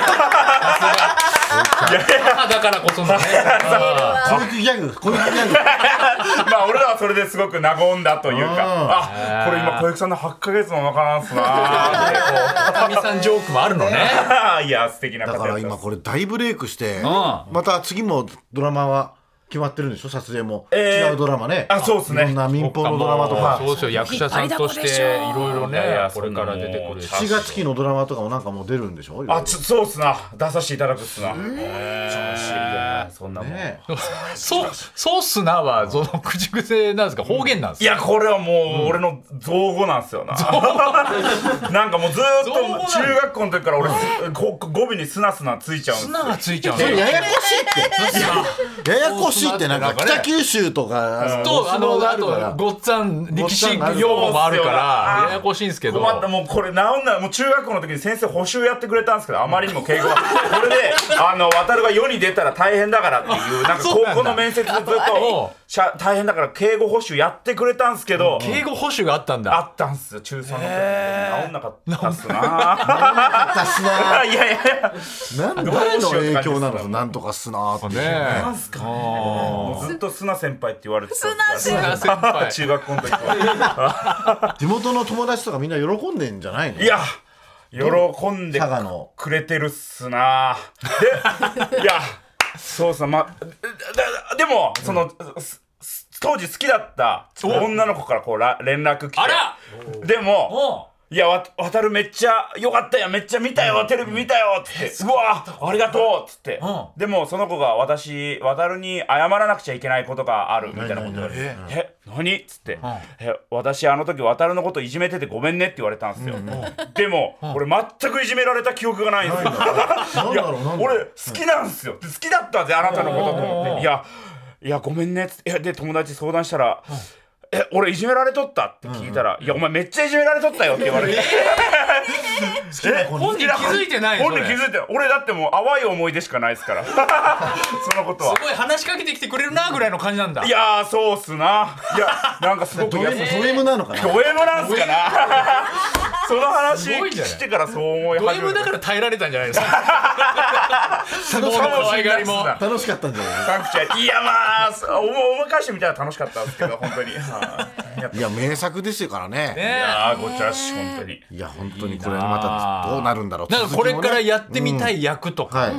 Speaker 1: だからこそのね
Speaker 3: 小雪ギャグ小雪ギャ グ
Speaker 2: まあ俺らはそれですごく和んだというかあこれ今小雪さんの8ヶ月のお腹なんすなーって
Speaker 1: おかみさんジョークもあるのね
Speaker 2: こういや素敵な
Speaker 3: だ
Speaker 2: 方
Speaker 3: か
Speaker 2: や
Speaker 3: ら
Speaker 2: ったっ
Speaker 3: 今
Speaker 2: す
Speaker 3: これ大ブレイクしてまた次もドラマは決まってるんでしょ撮影も、
Speaker 2: えー
Speaker 3: 違うドラマね
Speaker 2: あそうですね
Speaker 3: いろんな民放のドラマとか
Speaker 1: そうですよ役者さんとしていろいろね
Speaker 2: いやいや
Speaker 1: これから出てくるし
Speaker 2: そんなも
Speaker 3: 7月期のドラマとかもなんかもう出るんでしょ
Speaker 2: あちょそうっすな出させていただくっすなえーそんなもん
Speaker 3: ね
Speaker 1: そうそうっすなはその口癖なんですか方言なんです
Speaker 2: い
Speaker 1: か
Speaker 2: やこれはもう俺の造語なんですよな なんかもうずーっと
Speaker 1: 造語なんだ
Speaker 2: 中学校の時から俺こ語尾にスナスナついちゃうんです
Speaker 1: 砂がついちゃうん
Speaker 3: え
Speaker 1: ですよ
Speaker 3: ややこしいっ てややこしいってなんか
Speaker 1: そうそう
Speaker 3: 北九州とか
Speaker 1: とあ
Speaker 3: ご
Speaker 1: の
Speaker 3: 都
Speaker 1: あ
Speaker 3: 合があるから
Speaker 1: とごっつぁん力士用語もあるからややこしいんですけど
Speaker 2: 困ったもうこれ直んないもう中学校の時に先生補習やってくれたんですけどあまりにも敬語がこれであの渡るが世に出たら大変だからっていうなんか
Speaker 1: そうなんだ
Speaker 2: 高校の面接でずっとしゃ大変だから敬語補習やってくれたんですけど
Speaker 1: 敬語補習があったん
Speaker 2: あ
Speaker 1: だ
Speaker 2: ったんすよ中3の時直んなかったっすな
Speaker 3: すな
Speaker 2: や い
Speaker 3: い
Speaker 2: やいや
Speaker 3: なん誰の影響なのなんとかすなーって
Speaker 1: ね
Speaker 2: なんすかねもうずっと砂先輩って言われてたんです
Speaker 4: 砂
Speaker 2: か
Speaker 4: 先
Speaker 1: え先
Speaker 2: ら
Speaker 1: 輩
Speaker 2: 中学校の時は
Speaker 3: 地元の友達とかみんな喜んでんじゃないの
Speaker 2: いや喜んで
Speaker 3: 佐賀の
Speaker 2: くれてるっすなでいやそうさまでででもその、すす当時好きだった女の子からこうら連絡来て
Speaker 1: あら
Speaker 2: でも
Speaker 1: おう
Speaker 2: 「いやわ渡るめっちゃよかったやめっちゃ見たよテレビ見たよ」っつって「うわありがとう」っつって
Speaker 1: ん
Speaker 2: でもその子が私渡るに謝らなくちゃいけないことがあるみたいなこと言われて「
Speaker 3: 何
Speaker 2: え何?」っつって「え私あの時渡るのこといじめててごめんね」って言われたんですよでも俺全くいじめられた記憶がないんですよ
Speaker 3: なん
Speaker 2: いや
Speaker 3: だろうなんだろ
Speaker 2: 俺
Speaker 3: う
Speaker 2: 好きなんすよ、で好きだったぜあなたのことと思っていやいやごめんねっつっていやで友達相談したら「え俺いじめられとった?」って聞いたら「いやお前めっちゃいじめられとったよ」って言われてえ
Speaker 1: 本人気づいてない
Speaker 2: 本
Speaker 1: そ
Speaker 2: 人
Speaker 1: れ
Speaker 2: 気
Speaker 1: す
Speaker 2: づいて俺だってもう淡い思い出しかないですからそのことは
Speaker 1: ごい話しかけてきてくれるなぐらいの感じなんだ
Speaker 2: いやーそうっすないやなんかすごく
Speaker 3: ド
Speaker 2: 優しい
Speaker 3: M なのかな
Speaker 2: ド M なんすかなその話
Speaker 1: すごいんじゃない
Speaker 2: してからそう思い
Speaker 1: ド
Speaker 2: 始
Speaker 1: M
Speaker 2: め
Speaker 1: だ
Speaker 2: た
Speaker 1: から耐えられたんじゃないですか相撲の可愛が りも
Speaker 3: 楽しかったんじゃない
Speaker 2: 楽しかったいやまあそう思い思い返してみたら楽しかったんですけど本当にはいや
Speaker 3: いや名作ですからね
Speaker 2: いやーごちゃし本当に
Speaker 3: いや本当にこれはまたどうなるんだろう
Speaker 1: なんかこれからやってみた
Speaker 3: うん
Speaker 1: い役とか、
Speaker 3: はい
Speaker 1: は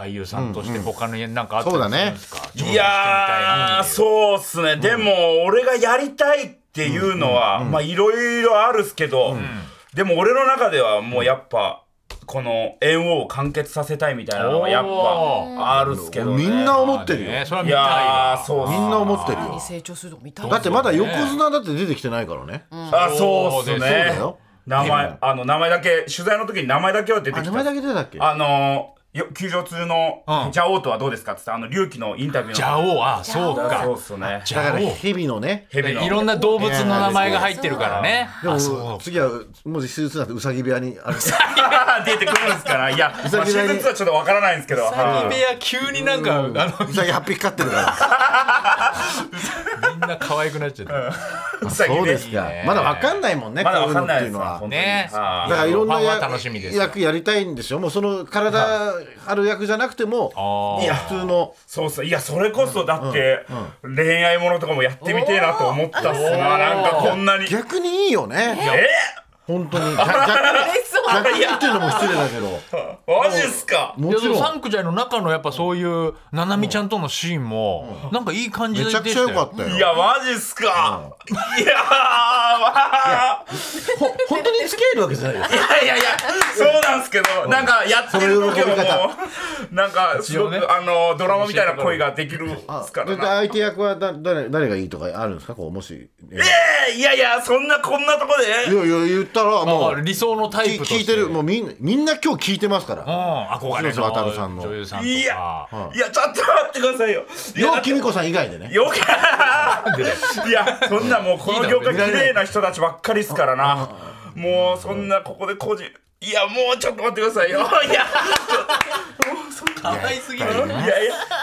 Speaker 1: あ俳優さんとして他のなんかあったり
Speaker 3: そ
Speaker 1: する
Speaker 3: うだ
Speaker 1: んで
Speaker 3: ね
Speaker 1: すか、
Speaker 2: いやーそうっすねでも俺がやりたいっていうのはまあいろいろあるっすけどでも俺の中ではもうやっぱこの縁を完結させたいみたいなのはやっ
Speaker 1: お
Speaker 2: ぱあるっすけどね
Speaker 3: みんな思ってるよ
Speaker 1: ねそれはい見たい
Speaker 2: や
Speaker 1: わ
Speaker 2: ーそうっす
Speaker 3: みんな思ってるよ
Speaker 4: に成長するとこ見たい
Speaker 3: だってまだ横綱だって出てきてないからね
Speaker 2: あそうっす
Speaker 1: そう
Speaker 3: だ
Speaker 2: ね
Speaker 3: よ
Speaker 2: 名前あの名前だけ取材の時に名前だけは出て
Speaker 3: あ
Speaker 2: き
Speaker 3: 名
Speaker 2: た
Speaker 3: 前だけ出たっけ
Speaker 2: あのー、よ球場通の
Speaker 1: うん
Speaker 2: ジャオーとはどうですかって言ってあの龍騎のインタビューの
Speaker 1: ジャオあそうか
Speaker 2: そうっすよね
Speaker 1: ジ
Speaker 3: だか
Speaker 1: ャ
Speaker 3: ら
Speaker 1: オ
Speaker 3: 蛇のね
Speaker 2: 蛇の
Speaker 1: いろんな動物の名前が入ってるからね
Speaker 3: でも次はもう手術なんてうさぎ部屋にある
Speaker 2: あー 出てくるんですからいや、まあ、
Speaker 3: ざ
Speaker 2: 手
Speaker 3: きだいに
Speaker 2: 術はちょっとわからないんですけど
Speaker 1: アニメや急になんか、あの
Speaker 3: うさぎ8匹飼ってるか
Speaker 1: みんな可愛くなっちゃった
Speaker 2: う
Speaker 3: ら
Speaker 2: さぎ
Speaker 3: そう
Speaker 2: で
Speaker 3: ですか まだわかんないもんねこ
Speaker 2: ま
Speaker 3: う
Speaker 2: だ
Speaker 3: い
Speaker 2: わ
Speaker 3: う
Speaker 2: か
Speaker 3: の
Speaker 2: んないで
Speaker 3: っていう
Speaker 2: すよ
Speaker 3: のは
Speaker 1: ね
Speaker 3: だからいろんな
Speaker 1: ファン
Speaker 3: や
Speaker 1: は楽しみですよ
Speaker 3: 役やりたいんでしょもうその体ある役じゃなくても
Speaker 1: あー
Speaker 3: いや普通の
Speaker 2: そうっすいやそれこそだって、恋愛ものとかもやってみてえなと思ったっすななんかこんなにえ
Speaker 3: 逆にいいよね
Speaker 2: ー
Speaker 3: 本当に 逆逆にっていうのも失礼だけど
Speaker 2: マジっすか
Speaker 3: も
Speaker 1: いや
Speaker 3: ち
Speaker 1: でも
Speaker 3: ろ
Speaker 1: サ
Speaker 3: ん
Speaker 1: ンクジャイの中のやっぱそういうななみちゃんとのシーンもなんかいい感じで
Speaker 3: めちゃくちゃ良かったよ
Speaker 2: いやマジっすか、いやーわー
Speaker 3: ほ本当に付き合えるわけじゃないよ
Speaker 2: いやいやいやそうなんですけど、なんかやってる時
Speaker 3: その喜び
Speaker 2: はも
Speaker 3: 方
Speaker 2: うなんかす
Speaker 1: 一
Speaker 2: ご
Speaker 1: 応
Speaker 2: く、
Speaker 1: ね
Speaker 2: あのドラマみたいな恋ができるっ
Speaker 3: あ
Speaker 2: すから
Speaker 3: で
Speaker 2: な。
Speaker 3: 相手役はだ誰誰がいいとかあるんですかこうもしえいや
Speaker 2: えーいやいやそんなこんなとこ
Speaker 3: い
Speaker 2: で
Speaker 3: や言ったらも
Speaker 1: あ
Speaker 3: う
Speaker 1: 理想のタイ
Speaker 3: き
Speaker 1: プとして
Speaker 3: 聞いてるも
Speaker 1: う
Speaker 3: うみんなみんな今日聞いてますから
Speaker 1: ん憧れ
Speaker 3: そうそう渡さん
Speaker 1: の
Speaker 3: の
Speaker 1: 女優さんと
Speaker 2: いや
Speaker 1: か
Speaker 2: いやちょっと待ってくださいよ。いや
Speaker 3: ようきみこさん以外でね
Speaker 2: よくいやそんなもうこの業界綺麗な人たちばっかりっすからな。もうそんなここで個人いやもうちょっと待ってくださいよ。いや
Speaker 1: 可愛すぎる
Speaker 2: いやいや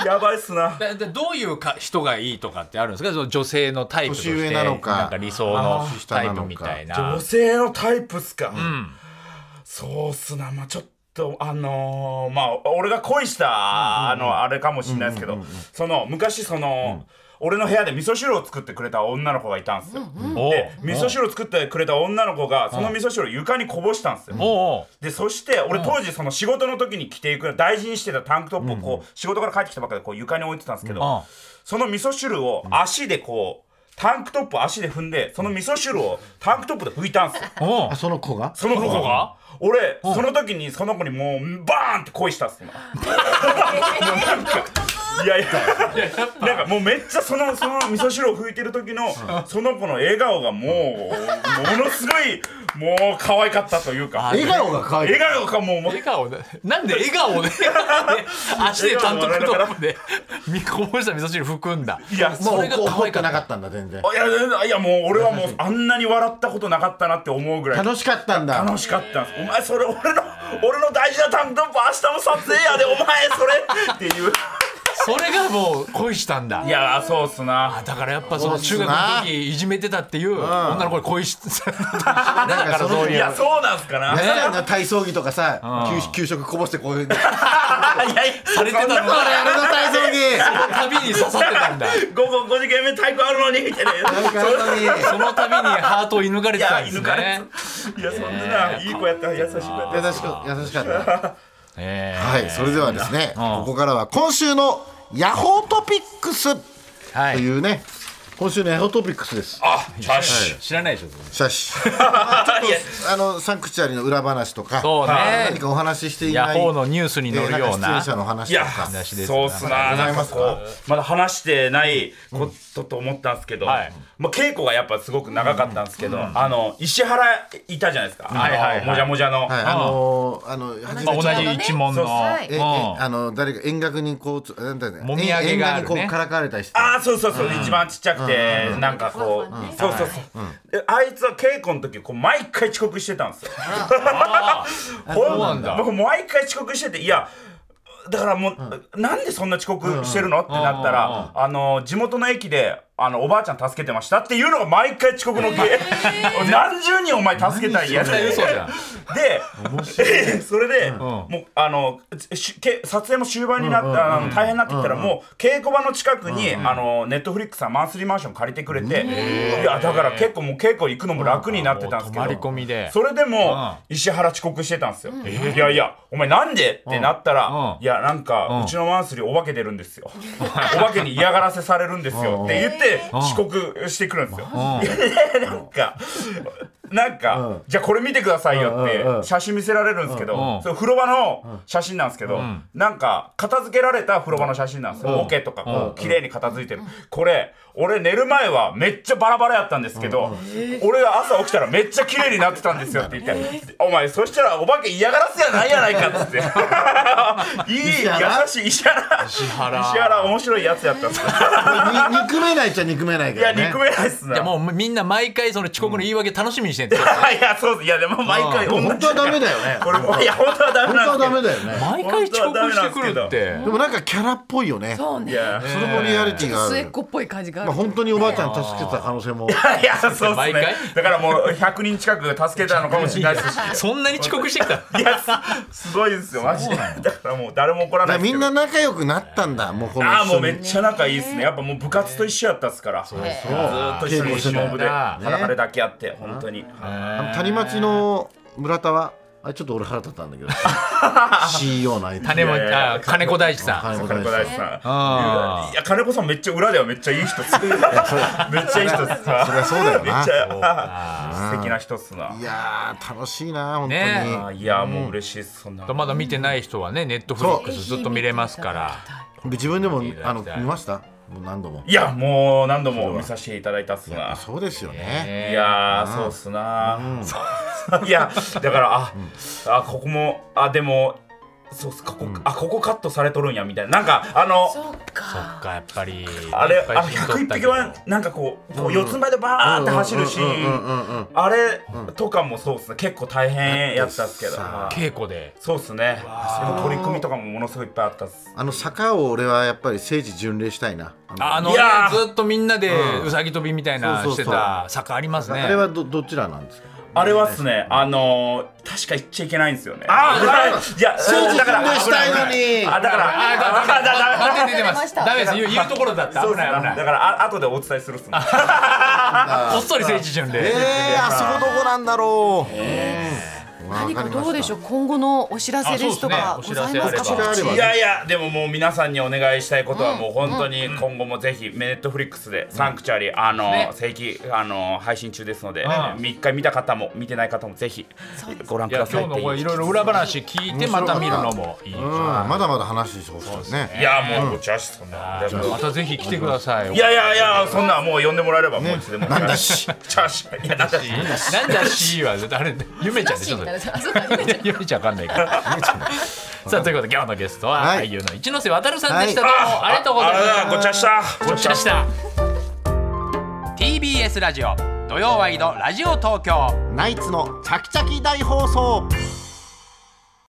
Speaker 2: やばいっすな。
Speaker 1: だだどういうか人がいいとかってあるんですかその女性のタイプとして
Speaker 3: 年上なのか
Speaker 1: んか理想のタイプみたいな
Speaker 2: 女性のタイプっすか、そうっすなまあちょっとあのーまあ俺が恋した、あのあれかもしれないですけど、その昔その、俺の部屋で味噌汁を作ってくれた女の子がいたんですよ、
Speaker 1: おう
Speaker 2: で味噌汁を作ってくれた女の子がその味噌汁を床にこぼしたんですよ、
Speaker 1: おう
Speaker 2: でそして俺当時その仕事の時に着ていく大事にしてたタンクトップをこう仕事から帰ってきたばっかりでこう床に置いてたんですけ
Speaker 1: うん
Speaker 2: どその味噌汁を足でこうタンクトップを足で踏んでその味噌汁をタンクトップで拭いたんですよ
Speaker 1: おう
Speaker 3: あその子が
Speaker 2: その子が俺その時にその子にもうバーンって恋したっす 今もうなんかいやいやなんかもうめっちゃそのその味噌汁を拭いてる時のその子の笑顔がもうものすごいもう可愛かったというか
Speaker 3: 笑顔が可愛い
Speaker 2: 笑顔がもうもう
Speaker 1: 笑顔でなんで笑顔で足で単独トップで見こぼした味噌汁拭くんだ
Speaker 2: いや
Speaker 3: も
Speaker 2: そうれが
Speaker 1: 可愛かった
Speaker 3: 怒ってなかったんだ全然
Speaker 2: いやいやいやもう俺はもうあんなに笑ったことなかったなって思うぐらい
Speaker 3: 楽しかったんだ
Speaker 2: 楽しかったんですお前それ俺の俺の大事な担当明日の撮影やでお前それっていう
Speaker 1: それがもう恋したんだ
Speaker 2: いやーそうっすな
Speaker 1: あだからやっぱその中学の時いじめてたっていう女の子に恋し だから
Speaker 3: その
Speaker 1: そう
Speaker 2: い
Speaker 1: いう
Speaker 2: やそうなんすかな、
Speaker 3: 安田が体操着とかさ給給食こぼしてこういう
Speaker 2: いやいや
Speaker 1: されてたの
Speaker 2: そんなこ
Speaker 3: あれの体操着
Speaker 1: その度に刺さってたんだ
Speaker 2: と午後5時間目体育あるのにみたいな
Speaker 3: なんかあるのに
Speaker 1: その度にハートを射抜かれ
Speaker 2: い
Speaker 1: てた
Speaker 2: や
Speaker 1: んです
Speaker 2: 犬かれ
Speaker 1: ね
Speaker 2: いやそんなないい子やった優しい子やった
Speaker 3: 優しか優しかった
Speaker 1: え
Speaker 3: はい、それではですね、ここからは今週のヤホートピックス
Speaker 1: ーは
Speaker 3: と
Speaker 1: い
Speaker 3: いうね、今週のヤホートピックスです。
Speaker 2: あチャッシュ
Speaker 1: 知らないでしょそれ
Speaker 3: 写真
Speaker 2: いや
Speaker 3: あのサンクチュアリの裏話とか、
Speaker 1: そう
Speaker 3: 何
Speaker 1: ね
Speaker 3: かお話ししてい
Speaker 1: ヤ
Speaker 3: ない
Speaker 1: ホーのニュースに載るよう
Speaker 3: なん
Speaker 1: な
Speaker 3: か出演者の話
Speaker 2: い
Speaker 3: と
Speaker 2: や
Speaker 3: か、
Speaker 1: 話です
Speaker 2: そうっすななんかこうまだ話してないことと思ったんですけど、
Speaker 1: はい
Speaker 2: まあ、稽古がやっぱすごく長かったんですけど、あの石原いたじゃないですか、
Speaker 1: はいはいはい
Speaker 2: あのもじゃもじゃの、
Speaker 3: はい、あのー、あの
Speaker 4: ま
Speaker 3: 初め
Speaker 4: あ
Speaker 1: 同
Speaker 3: て
Speaker 1: じ一問
Speaker 2: そ
Speaker 1: の
Speaker 2: う
Speaker 4: はい
Speaker 3: ええ
Speaker 1: うん
Speaker 3: あの誰か遠隔にこうつなんだ、ね、
Speaker 1: もみあげがあるね
Speaker 3: 遠隔にこうからかれたりして、
Speaker 2: ああそうそうそう、一番ちっちゃくて、なんかこう、
Speaker 4: うん
Speaker 2: そうそうそう、であいつは稽古の時こう毎回遅刻してたんですよ
Speaker 1: そうなんだ
Speaker 2: 僕毎回遅刻してていやだからもう、なんでそんな遅刻してるのってなったら、あの地元の駅であのおばあちゃん助けてましたっていうのが毎回遅刻の芸 何十人お前助けたんや
Speaker 1: 何それ嘘じゃん
Speaker 2: で それで、もうあのしけ撮影も終盤になった、あの大変になってきたら、もう稽古場の近くに、あのネットフリックスさんマンスリーマンション借りてくれて、いやだから結構もう稽古行くのも楽になってたんですけど、
Speaker 1: 泊まり込みで
Speaker 2: それでも、石原遅刻してたんですよ、いやいやお前なんでってなったら、
Speaker 1: うんうん
Speaker 2: いやなんか、うちのマンスリーお化け出るんですよお化けに嫌がらせされるんですよって言って遅刻してくるんですよ、いやいや なんかなんか、じゃあこれ見てくださいよって
Speaker 3: うんうんうん
Speaker 2: 写真見せられるんですけど、
Speaker 1: うん
Speaker 2: それ風呂場の写真なんですけど、なんか片付けられた風呂場の写真なんですよ、オケとかこう綺麗に片付いてる、これ俺寝る前はめっちゃバラバラやったんですけど、俺が朝起きたらめっちゃ綺麗になってたんですよって言って「お前そしたらお化け嫌がらせやないやないか」 っつって「 いい優
Speaker 3: 原
Speaker 2: しい石原石
Speaker 1: 原
Speaker 2: 面白いやつやったんですよ
Speaker 3: まあに憎めないっちゃ憎めない
Speaker 2: い
Speaker 3: けど
Speaker 2: や
Speaker 3: ね。
Speaker 2: 憎めないっす
Speaker 1: い
Speaker 2: な
Speaker 1: やもうみんな毎回その遅刻の言い訳楽しみにしてんだよ
Speaker 2: いやそうですいやでも毎回同じ
Speaker 3: 本当はダメだよね。
Speaker 2: これもいや本当はダメ
Speaker 3: 本当
Speaker 2: な
Speaker 3: は
Speaker 2: んです
Speaker 3: ダ
Speaker 2: けど
Speaker 3: メだよね。
Speaker 1: 毎回遅刻してくるって
Speaker 3: でもなんかキャラっぽいよね。
Speaker 4: そうね
Speaker 2: いや
Speaker 3: それもリアリティがあ
Speaker 4: 末っ
Speaker 3: る。
Speaker 4: 子っぽい感じがあ
Speaker 3: まあ
Speaker 4: る。
Speaker 3: 本当におばあちゃん助けてた可能性も。
Speaker 2: いやそうっすね
Speaker 1: 毎回
Speaker 2: だからもう100人近く助けたのかもしれない ですし
Speaker 1: そんなに遅刻してきた
Speaker 2: いやすすごいですよマジでだからもう誰も怒ら
Speaker 3: だ
Speaker 2: ないで
Speaker 3: から
Speaker 2: す
Speaker 3: み
Speaker 2: け
Speaker 3: ん
Speaker 2: ど
Speaker 3: な仲良くなったんだ。もうこの
Speaker 2: ああ
Speaker 3: 一
Speaker 2: も
Speaker 3: 緒
Speaker 2: うめっ
Speaker 3: に。
Speaker 2: ちゃ仲いいですねやっぱもう部活と一緒やったっすからずーっと一緒に忍ぶで裸で抱き合って本当に
Speaker 3: あの谷町の村田はあれちょっと俺腹立ったんだけど。CEO のあいつ。
Speaker 1: 種もあ金子大地さん
Speaker 3: 金子
Speaker 2: 金
Speaker 3: 大
Speaker 2: 子
Speaker 3: 地
Speaker 2: 大地さ
Speaker 3: さん。
Speaker 1: あ
Speaker 2: んいや金子さんめっちゃ裏ではめっちゃいい 人っすめっちゃいい人っす
Speaker 3: そりゃそうだよ
Speaker 2: めっ
Speaker 3: な
Speaker 2: ち。ゃ素敵な人っすない
Speaker 3: やー楽しいな本当に。
Speaker 1: ね
Speaker 2: あーいやもう嬉しいっすそんな
Speaker 1: ーまだ見てない人はねネットフリックスずっと見れますから
Speaker 3: 自分でもあの
Speaker 1: いや
Speaker 3: 見ました。もう何度も。
Speaker 2: いやもう何度も見させていただいたっすな
Speaker 3: そうですよね。
Speaker 2: いやー、そうっすなー、そういやだからあ、あここもあでもそうっすここ、あここカットされとるんやみたいななんかあの
Speaker 4: そうか。
Speaker 1: がやっぱり
Speaker 2: あれ
Speaker 1: いっぱ
Speaker 2: あ
Speaker 1: い
Speaker 2: の
Speaker 1: 知っとったけ
Speaker 2: 101
Speaker 1: ど
Speaker 2: 匹はなんかこうこう四つん這いでバーって走るシ
Speaker 3: うんうんうんう
Speaker 2: ー
Speaker 3: ん
Speaker 2: ンあれとかもそうっすね結構大変やったっすけど
Speaker 3: だ
Speaker 1: 稽古で
Speaker 2: そうっすねその取り組みとかもものすごいいっぱいあったっす
Speaker 3: あの坂を俺はやっぱり聖地巡礼したいな。あの
Speaker 1: あの
Speaker 2: い
Speaker 1: ね
Speaker 2: やー
Speaker 1: ずっとみんなでうさぎ跳びみたいな
Speaker 3: そう
Speaker 1: し
Speaker 3: そう
Speaker 1: て
Speaker 3: そう
Speaker 1: た坂ありますね
Speaker 3: あれはどどちらなんですか。
Speaker 2: あれはっすね、あのー、確か言っちゃいけないんですよね。
Speaker 5: あ
Speaker 2: いや、
Speaker 3: 正
Speaker 2: だから
Speaker 3: 直にしたいのに
Speaker 2: あ、だから、あ、だから、だから、
Speaker 1: 出てますダメです言う言うところだった
Speaker 2: そう
Speaker 1: 危
Speaker 2: っすね
Speaker 1: ない危ない
Speaker 2: だから、あ後でお伝えするっすね。
Speaker 1: こっそり聖地巡
Speaker 3: え
Speaker 1: 礼
Speaker 3: えあそこどこなんだろう。うんわ
Speaker 4: 何
Speaker 3: か
Speaker 4: か
Speaker 3: りました
Speaker 4: どうでしょう今後のお知らせですとか
Speaker 1: あ
Speaker 4: ご
Speaker 1: そうです
Speaker 4: ざい
Speaker 1: ね
Speaker 4: ますか
Speaker 1: お知らせあれ
Speaker 3: ば
Speaker 4: 告知
Speaker 3: ね
Speaker 2: いやいやでももう皆さんにお願いしたいことはもう本当に今後もぜひネットフリックスで「サンクチュアリ」あの正規あの配信中ですので一回見た方も見てない方もぜひご覧
Speaker 1: い
Speaker 2: く
Speaker 1: や
Speaker 2: ださ
Speaker 1: 今日
Speaker 2: いっ
Speaker 1: の
Speaker 2: ていう
Speaker 1: これいろいろ裏話聞いてまた見るのもいいじゃ
Speaker 3: うん
Speaker 1: ん
Speaker 3: まだまだ話してほしいですね。
Speaker 2: いやもうごちゃしそんな
Speaker 1: またぜひ来てください
Speaker 2: いやいやいやそんなんもう呼んでもらえればもういつでも
Speaker 3: なん だし
Speaker 2: チャーシいやなんだし
Speaker 1: なんだしは誰だゆめちゃんでしょそれ
Speaker 4: あそうだね
Speaker 1: ゆめちゃんわかんないからさあということで今日のゲストは
Speaker 3: はい
Speaker 1: 俳優の一ノ瀬渡さんでしたどう
Speaker 2: あ
Speaker 1: もありがとうございま
Speaker 2: あ
Speaker 1: す
Speaker 2: らごちゃした
Speaker 1: ごちゃした TBS ラジオ土曜ワイドラジオ東京
Speaker 3: ナイツのチャキチャキ大放送。